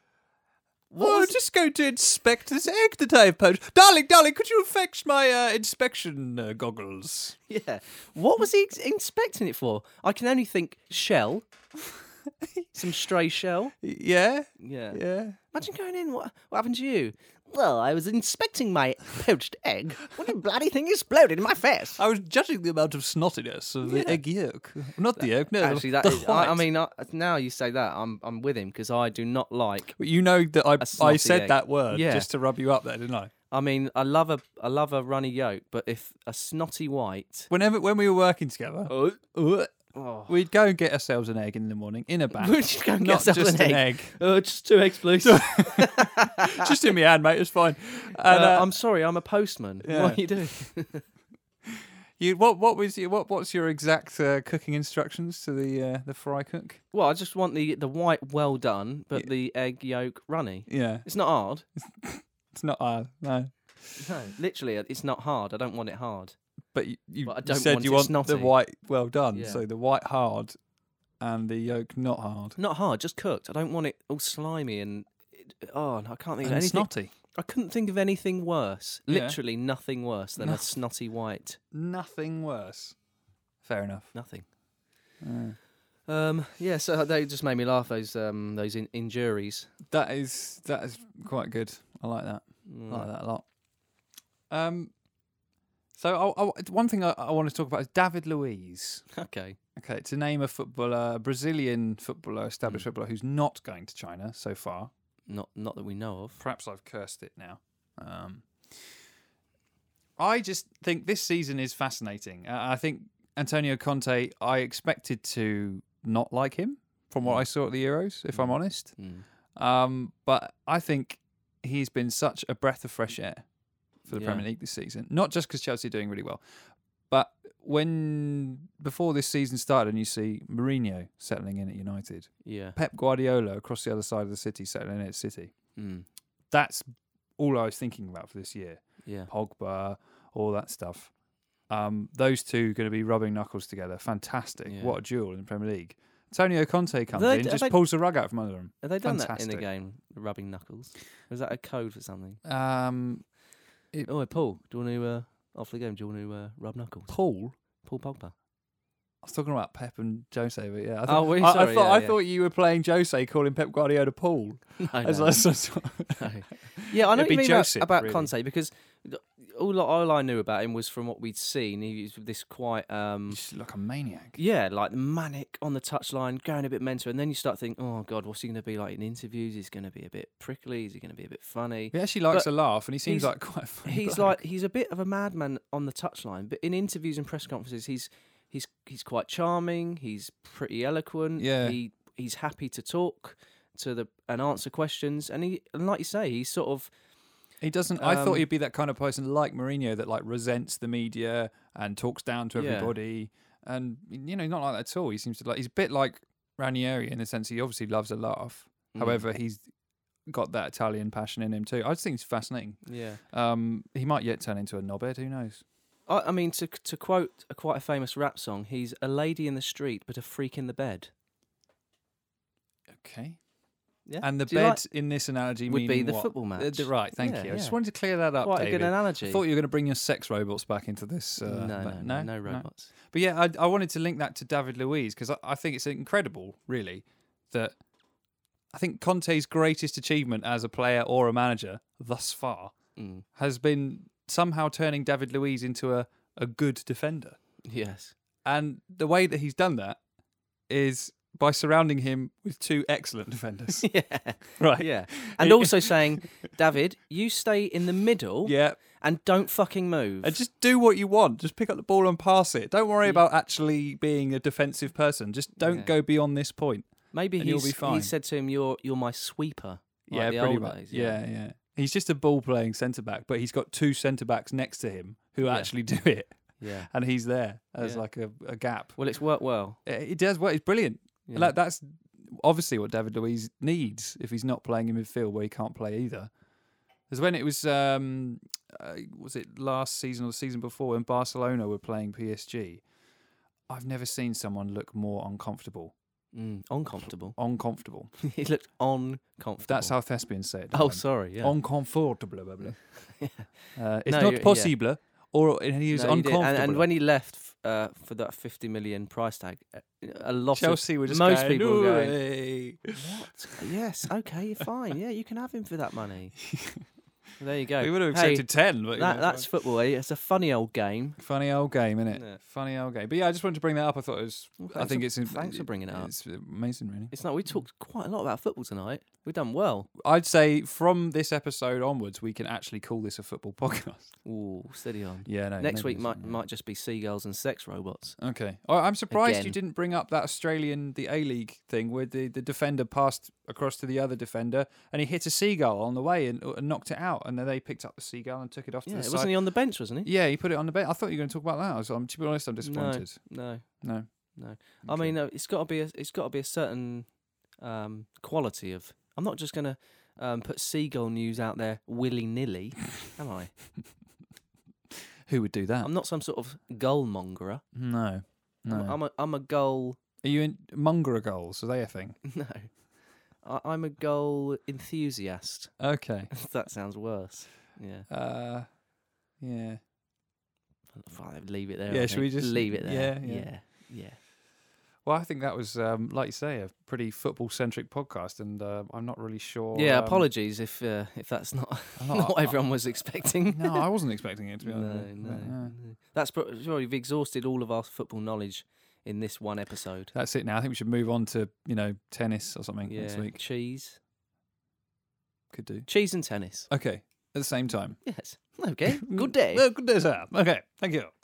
[SPEAKER 1] What well, I'm just going to inspect this egg that I have poached. Darling, darling, could you fetch my uh, inspection uh, goggles?
[SPEAKER 2] Yeah. What was he ex- inspecting it for? I can only think shell. Some stray shell.
[SPEAKER 1] Y- Yeah,
[SPEAKER 2] Yeah.
[SPEAKER 1] yeah.
[SPEAKER 2] Imagine going in. What, what happened to you? Well, I was inspecting my poached egg when a bloody thing exploded in my face.
[SPEAKER 1] I was judging the amount of snottiness of the egg yolk. Not the yolk, no.
[SPEAKER 2] Actually, that
[SPEAKER 1] the
[SPEAKER 2] is. I, I
[SPEAKER 1] white.
[SPEAKER 2] mean, I, now you say that, I'm I'm with him because I do not like
[SPEAKER 1] But you know that I, I
[SPEAKER 2] snotty
[SPEAKER 1] said
[SPEAKER 2] egg.
[SPEAKER 1] that word
[SPEAKER 2] Yeah.
[SPEAKER 1] just to rub you up there, didn't I?
[SPEAKER 2] I mean, I love a I love a runny yolk, but if a snotty white,
[SPEAKER 1] Whenever when we were working together, uh,
[SPEAKER 2] oh,
[SPEAKER 1] we'd go and get ourselves an egg in the morning in a bag,
[SPEAKER 2] We'd just go and get
[SPEAKER 1] not
[SPEAKER 2] ourselves
[SPEAKER 1] just
[SPEAKER 2] an
[SPEAKER 1] an egg.
[SPEAKER 2] oh just two eggs, please.
[SPEAKER 1] just in my hand, mate. It's fine. And,
[SPEAKER 2] Uh,
[SPEAKER 1] uh,
[SPEAKER 2] I'm sorry, I'm a postman.
[SPEAKER 1] yeah.
[SPEAKER 2] What are you doing?
[SPEAKER 1] you, what what was your, what what's your exact uh, cooking instructions to the uh, the fry cook?
[SPEAKER 2] Well, I just want the the white well done, but the egg yolk runny.
[SPEAKER 1] Yeah,
[SPEAKER 2] It's not hard.
[SPEAKER 1] it's not uh, no.
[SPEAKER 2] No, literally, it's not hard. I don't want it hard.
[SPEAKER 1] But you, you
[SPEAKER 2] But I
[SPEAKER 1] you
[SPEAKER 2] don't
[SPEAKER 1] said
[SPEAKER 2] want
[SPEAKER 1] you
[SPEAKER 2] it
[SPEAKER 1] want
[SPEAKER 2] snotty.
[SPEAKER 1] the white well done,
[SPEAKER 2] Yeah.
[SPEAKER 1] so the white hard and the yolk not hard.
[SPEAKER 2] Not hard, just cooked. I don't want it all slimy and oh, I can't think of
[SPEAKER 1] and
[SPEAKER 2] anything.
[SPEAKER 1] snotty.
[SPEAKER 2] I couldn't think of anything worse.
[SPEAKER 1] Yeah.
[SPEAKER 2] Literally nothing worse than a snotty white.
[SPEAKER 1] Nothing worse. Mm. Fair enough.
[SPEAKER 2] Nothing. Um, yeah, so they just made me laugh. Those um, those in- injuries.
[SPEAKER 1] That is that is quite good. I like that.
[SPEAKER 2] Mm.
[SPEAKER 1] I like that a lot. Um, so I, I- one thing I, I want to talk about is David Luiz.
[SPEAKER 2] Okay.
[SPEAKER 1] Okay, to name a footballer, a Brazilian footballer, established footballer who's not going to China so far.
[SPEAKER 2] Not not that we know of.
[SPEAKER 1] Perhaps I've cursed it now. Um, I just think this season is fascinating. Uh, I think Antonio Conte. I expected to not like him from what I saw at the Euros, if I'm honest.
[SPEAKER 2] Mm.
[SPEAKER 1] Um, but I think he's been such a breath of fresh air for the
[SPEAKER 2] Yeah.
[SPEAKER 1] Premier League this season. Not just because Chelsea are doing really well, but when before this season started, and you see Mourinho settling in at United,
[SPEAKER 2] Yeah.
[SPEAKER 1] Pep Guardiola across the other side of the city settling in at City.
[SPEAKER 2] Mm.
[SPEAKER 1] That's all I was thinking about for this year.
[SPEAKER 2] Yeah.
[SPEAKER 1] Pogba, all that stuff. Um, those two going to be rubbing knuckles together. Fantastic!
[SPEAKER 2] Yeah.
[SPEAKER 1] What a duel in the Premier League. Antonio Conte comes in,
[SPEAKER 2] they- have
[SPEAKER 1] just
[SPEAKER 2] they-
[SPEAKER 1] pulls the rug out from under them.
[SPEAKER 2] Have they done that
[SPEAKER 1] Fantastic.
[SPEAKER 2] in the game? Rubbing knuckles. Was that a code for something?
[SPEAKER 1] Um,
[SPEAKER 2] Oh, hey, Paul, do you want to uh, after the game? Do you want to uh, rub knuckles?
[SPEAKER 1] Paul.
[SPEAKER 2] Paul Pogba.
[SPEAKER 1] I was talking about Pep and Jose, but yeah. I
[SPEAKER 2] Oh, we-
[SPEAKER 1] I- I,
[SPEAKER 2] sorry,
[SPEAKER 1] thought
[SPEAKER 2] yeah,
[SPEAKER 1] I
[SPEAKER 2] yeah.
[SPEAKER 1] thought you were playing Jose, calling Pep Guardiola Paul.
[SPEAKER 2] No,
[SPEAKER 1] As
[SPEAKER 2] no,
[SPEAKER 1] I was-
[SPEAKER 2] no. Yeah, I know
[SPEAKER 1] It'd
[SPEAKER 2] what you
[SPEAKER 1] be
[SPEAKER 2] mean about-
[SPEAKER 1] Josip,
[SPEAKER 2] about
[SPEAKER 1] really.
[SPEAKER 2] Conte because th- all all I knew about him was from what we'd seen. He was this quite um,
[SPEAKER 1] Just like a maniac.
[SPEAKER 2] Yeah, like manic on the touchline, going a bit mental, and then you start thinking, "Oh God, what's he going to be like in interviews? He's going to be a bit prickly. Is he going to be a bit funny?"
[SPEAKER 1] He actually likes a
[SPEAKER 2] But
[SPEAKER 1] laugh, and he seems
[SPEAKER 2] he's-
[SPEAKER 1] like quite. A funny
[SPEAKER 2] He's
[SPEAKER 1] bloke.
[SPEAKER 2] like he's a bit of a madman on the touchline, but in interviews and press conferences, he's he's he's quite charming. He's pretty eloquent.
[SPEAKER 1] Yeah.
[SPEAKER 2] he he's happy to talk to the and answer questions, and he and like you say, he's sort of
[SPEAKER 1] he doesn't. I thought
[SPEAKER 2] um,
[SPEAKER 1] he'd be that kind of person, like Mourinho, that like resents the media and talks down to
[SPEAKER 2] Yeah.
[SPEAKER 1] everybody. And you know, he's not like that at all. He seems to like. He's a bit like Ranieri in the sense he obviously loves a laugh.
[SPEAKER 2] Mm.
[SPEAKER 1] However, he's got that Italian passion in him too. I just think it's fascinating.
[SPEAKER 2] yeah.
[SPEAKER 1] Um, he might yet turn into a knobhead. Who knows?
[SPEAKER 2] I, I mean, to to quote a quite a famous rap song, he's a lady in the street, but a freak in the bed.
[SPEAKER 1] Okay.
[SPEAKER 2] Yeah,
[SPEAKER 1] And the
[SPEAKER 2] Do you
[SPEAKER 1] bed
[SPEAKER 2] like-
[SPEAKER 1] in this analogy
[SPEAKER 2] would be
[SPEAKER 1] meaning
[SPEAKER 2] the
[SPEAKER 1] what?
[SPEAKER 2] football
[SPEAKER 1] Uh,
[SPEAKER 2] match.
[SPEAKER 1] th- right, thank
[SPEAKER 2] Yeah,
[SPEAKER 1] you. I just
[SPEAKER 2] yeah.
[SPEAKER 1] wanted to clear that up.
[SPEAKER 2] quite a
[SPEAKER 1] David.
[SPEAKER 2] good analogy.
[SPEAKER 1] I thought you were going to bring your sex robots back into this. Uh,
[SPEAKER 2] no, no,
[SPEAKER 1] but
[SPEAKER 2] no, no robots.
[SPEAKER 1] But yeah, I, I wanted to link that to David Luiz because I, I think it's incredible, really, that I think Conte's greatest achievement as a player or a manager thus far
[SPEAKER 2] Mm,
[SPEAKER 1] has been somehow turning David Luiz into a, a good defender.
[SPEAKER 2] yes.
[SPEAKER 1] And the way that he's done that is by surrounding him with two excellent defenders.
[SPEAKER 2] Yeah.
[SPEAKER 1] right.
[SPEAKER 2] Yeah. And also saying, David, you stay in the middle
[SPEAKER 1] Yeah.
[SPEAKER 2] and don't fucking move.
[SPEAKER 1] And just do what you want. Just pick up the ball and pass it. Don't worry about actually being a defensive person. Just don't
[SPEAKER 2] Yeah.
[SPEAKER 1] go beyond this point.
[SPEAKER 2] Maybe
[SPEAKER 1] and you'll
[SPEAKER 2] he's,
[SPEAKER 1] be fine.
[SPEAKER 2] he said to him, You're you're my sweeper. like the
[SPEAKER 1] yeah, pretty
[SPEAKER 2] old
[SPEAKER 1] much.
[SPEAKER 2] days,
[SPEAKER 1] yeah. yeah, He's just a ball playing centre back, but he's got two centre backs next to him who actually do it,
[SPEAKER 2] Yeah.
[SPEAKER 1] and he's there as
[SPEAKER 2] Yeah.
[SPEAKER 1] like a, a gap.
[SPEAKER 2] Well, it's worked well.
[SPEAKER 1] Uh, He does well. He's brilliant.
[SPEAKER 2] Yeah.
[SPEAKER 1] Like that's obviously what David Luiz needs if he's not playing in midfield where he can't play either. Because when it was, um, uh, was it last season or the season before when Barcelona were playing PSG? I've never seen someone look more uncomfortable.
[SPEAKER 2] Mm, uncomfortable.
[SPEAKER 1] Uncomfortable.
[SPEAKER 2] he looked uncomfortable.
[SPEAKER 1] That's how thespians say it.
[SPEAKER 2] Oh,
[SPEAKER 1] Darren.
[SPEAKER 2] sorry. Yeah.
[SPEAKER 1] Uncomfortable. Blah, blah. uh, it's
[SPEAKER 2] No,
[SPEAKER 1] not
[SPEAKER 2] you're- yeah.
[SPEAKER 1] possible. Or and he was
[SPEAKER 2] No, he did.
[SPEAKER 1] uncomfortable.
[SPEAKER 2] and, and when he left f- uh, for that 50 million price tag, uh, a lot
[SPEAKER 1] Chelsea
[SPEAKER 2] of
[SPEAKER 1] were just
[SPEAKER 2] most
[SPEAKER 1] going,
[SPEAKER 2] people were going,
[SPEAKER 1] "Hooray."
[SPEAKER 2] What? Yes. Okay. Fine. Yeah, you can have him for that money. there you go.
[SPEAKER 1] We would have
[SPEAKER 2] Hey,
[SPEAKER 1] accepted ten. But you
[SPEAKER 2] that,
[SPEAKER 1] know,
[SPEAKER 2] that's football. eh? It's a funny old game.
[SPEAKER 1] funny old game, isn't it?
[SPEAKER 2] Yeah.
[SPEAKER 1] Funny old game. But yeah, I just wanted to bring that up. I thought it was.
[SPEAKER 2] Well,
[SPEAKER 1] I
[SPEAKER 2] thanks
[SPEAKER 1] think
[SPEAKER 2] for-
[SPEAKER 1] it's. in-
[SPEAKER 2] thanks for bringing it up.
[SPEAKER 1] It's amazing, really.
[SPEAKER 2] It's like we talked quite a lot about football tonight. We've done well.
[SPEAKER 1] I'd say from this episode onwards, we can actually call this a football podcast.
[SPEAKER 2] Ooh, steady on.
[SPEAKER 1] Yeah. No,
[SPEAKER 2] Next
[SPEAKER 1] maybe
[SPEAKER 2] week
[SPEAKER 1] it's
[SPEAKER 2] might
[SPEAKER 1] not.
[SPEAKER 2] might just be seagulls and sex robots.
[SPEAKER 1] Okay. Oh, I'm surprised you
[SPEAKER 2] Again.
[SPEAKER 1] didn't bring up that Australian, the A League thing where the, the defender passed across to the other defender and he hit a seagull on the way and, uh, and knocked it out. And then they picked up the seagull and took it off
[SPEAKER 2] Yeah,
[SPEAKER 1] to the
[SPEAKER 2] wasn't
[SPEAKER 1] side.
[SPEAKER 2] he on the bench, wasn't he?
[SPEAKER 1] yeah, he put it on the bench. I thought you were going to talk about that. I was, um, to be honest, I'm disappointed.
[SPEAKER 2] No,
[SPEAKER 1] No.
[SPEAKER 2] no. I
[SPEAKER 1] Okay.
[SPEAKER 2] mean, uh, it's got to be a it's got to be a certain um, quality of. I'm not just gonna um, put seagull news out there willy nilly, am I?
[SPEAKER 1] Who would do that?
[SPEAKER 2] I'm not some sort of goal mongerer.
[SPEAKER 1] no. No.
[SPEAKER 2] I'm, I'm a I'm a goal
[SPEAKER 1] Are you in Mungera goals? Are they a thing?
[SPEAKER 2] No. I, I'm a goal enthusiast.
[SPEAKER 1] Okay.
[SPEAKER 2] that sounds worse. Yeah.
[SPEAKER 1] Uh, yeah.
[SPEAKER 2] Fine, leave it there. I
[SPEAKER 1] Yeah, shall we
[SPEAKER 2] think.
[SPEAKER 1] just-
[SPEAKER 2] leave it there?
[SPEAKER 1] yeah, yeah.
[SPEAKER 2] yeah. yeah.
[SPEAKER 1] Well, I think that was, um, like you say, a pretty football-centric podcast, and uh, I'm not really sure.
[SPEAKER 2] Yeah,
[SPEAKER 1] um,
[SPEAKER 2] apologies if uh, if that's not
[SPEAKER 1] I'm
[SPEAKER 2] not,
[SPEAKER 1] not-
[SPEAKER 2] what everyone was expecting.
[SPEAKER 1] No, I wasn't expecting it to be
[SPEAKER 2] no,
[SPEAKER 1] honest.
[SPEAKER 2] no,
[SPEAKER 1] with you, but, uh, yeah.
[SPEAKER 2] no. That's pro- sorry. We've exhausted all of our football knowledge in this one episode.
[SPEAKER 1] That's it. Now I think we should move on to you know tennis or something
[SPEAKER 2] yeah,
[SPEAKER 1] next week.
[SPEAKER 2] cheese,
[SPEAKER 1] Could do.
[SPEAKER 2] cheese and tennis.
[SPEAKER 1] Okay, at the same time.
[SPEAKER 2] Yes. Okay. Good day.
[SPEAKER 1] Well, Good day, sir. Okay, thank you.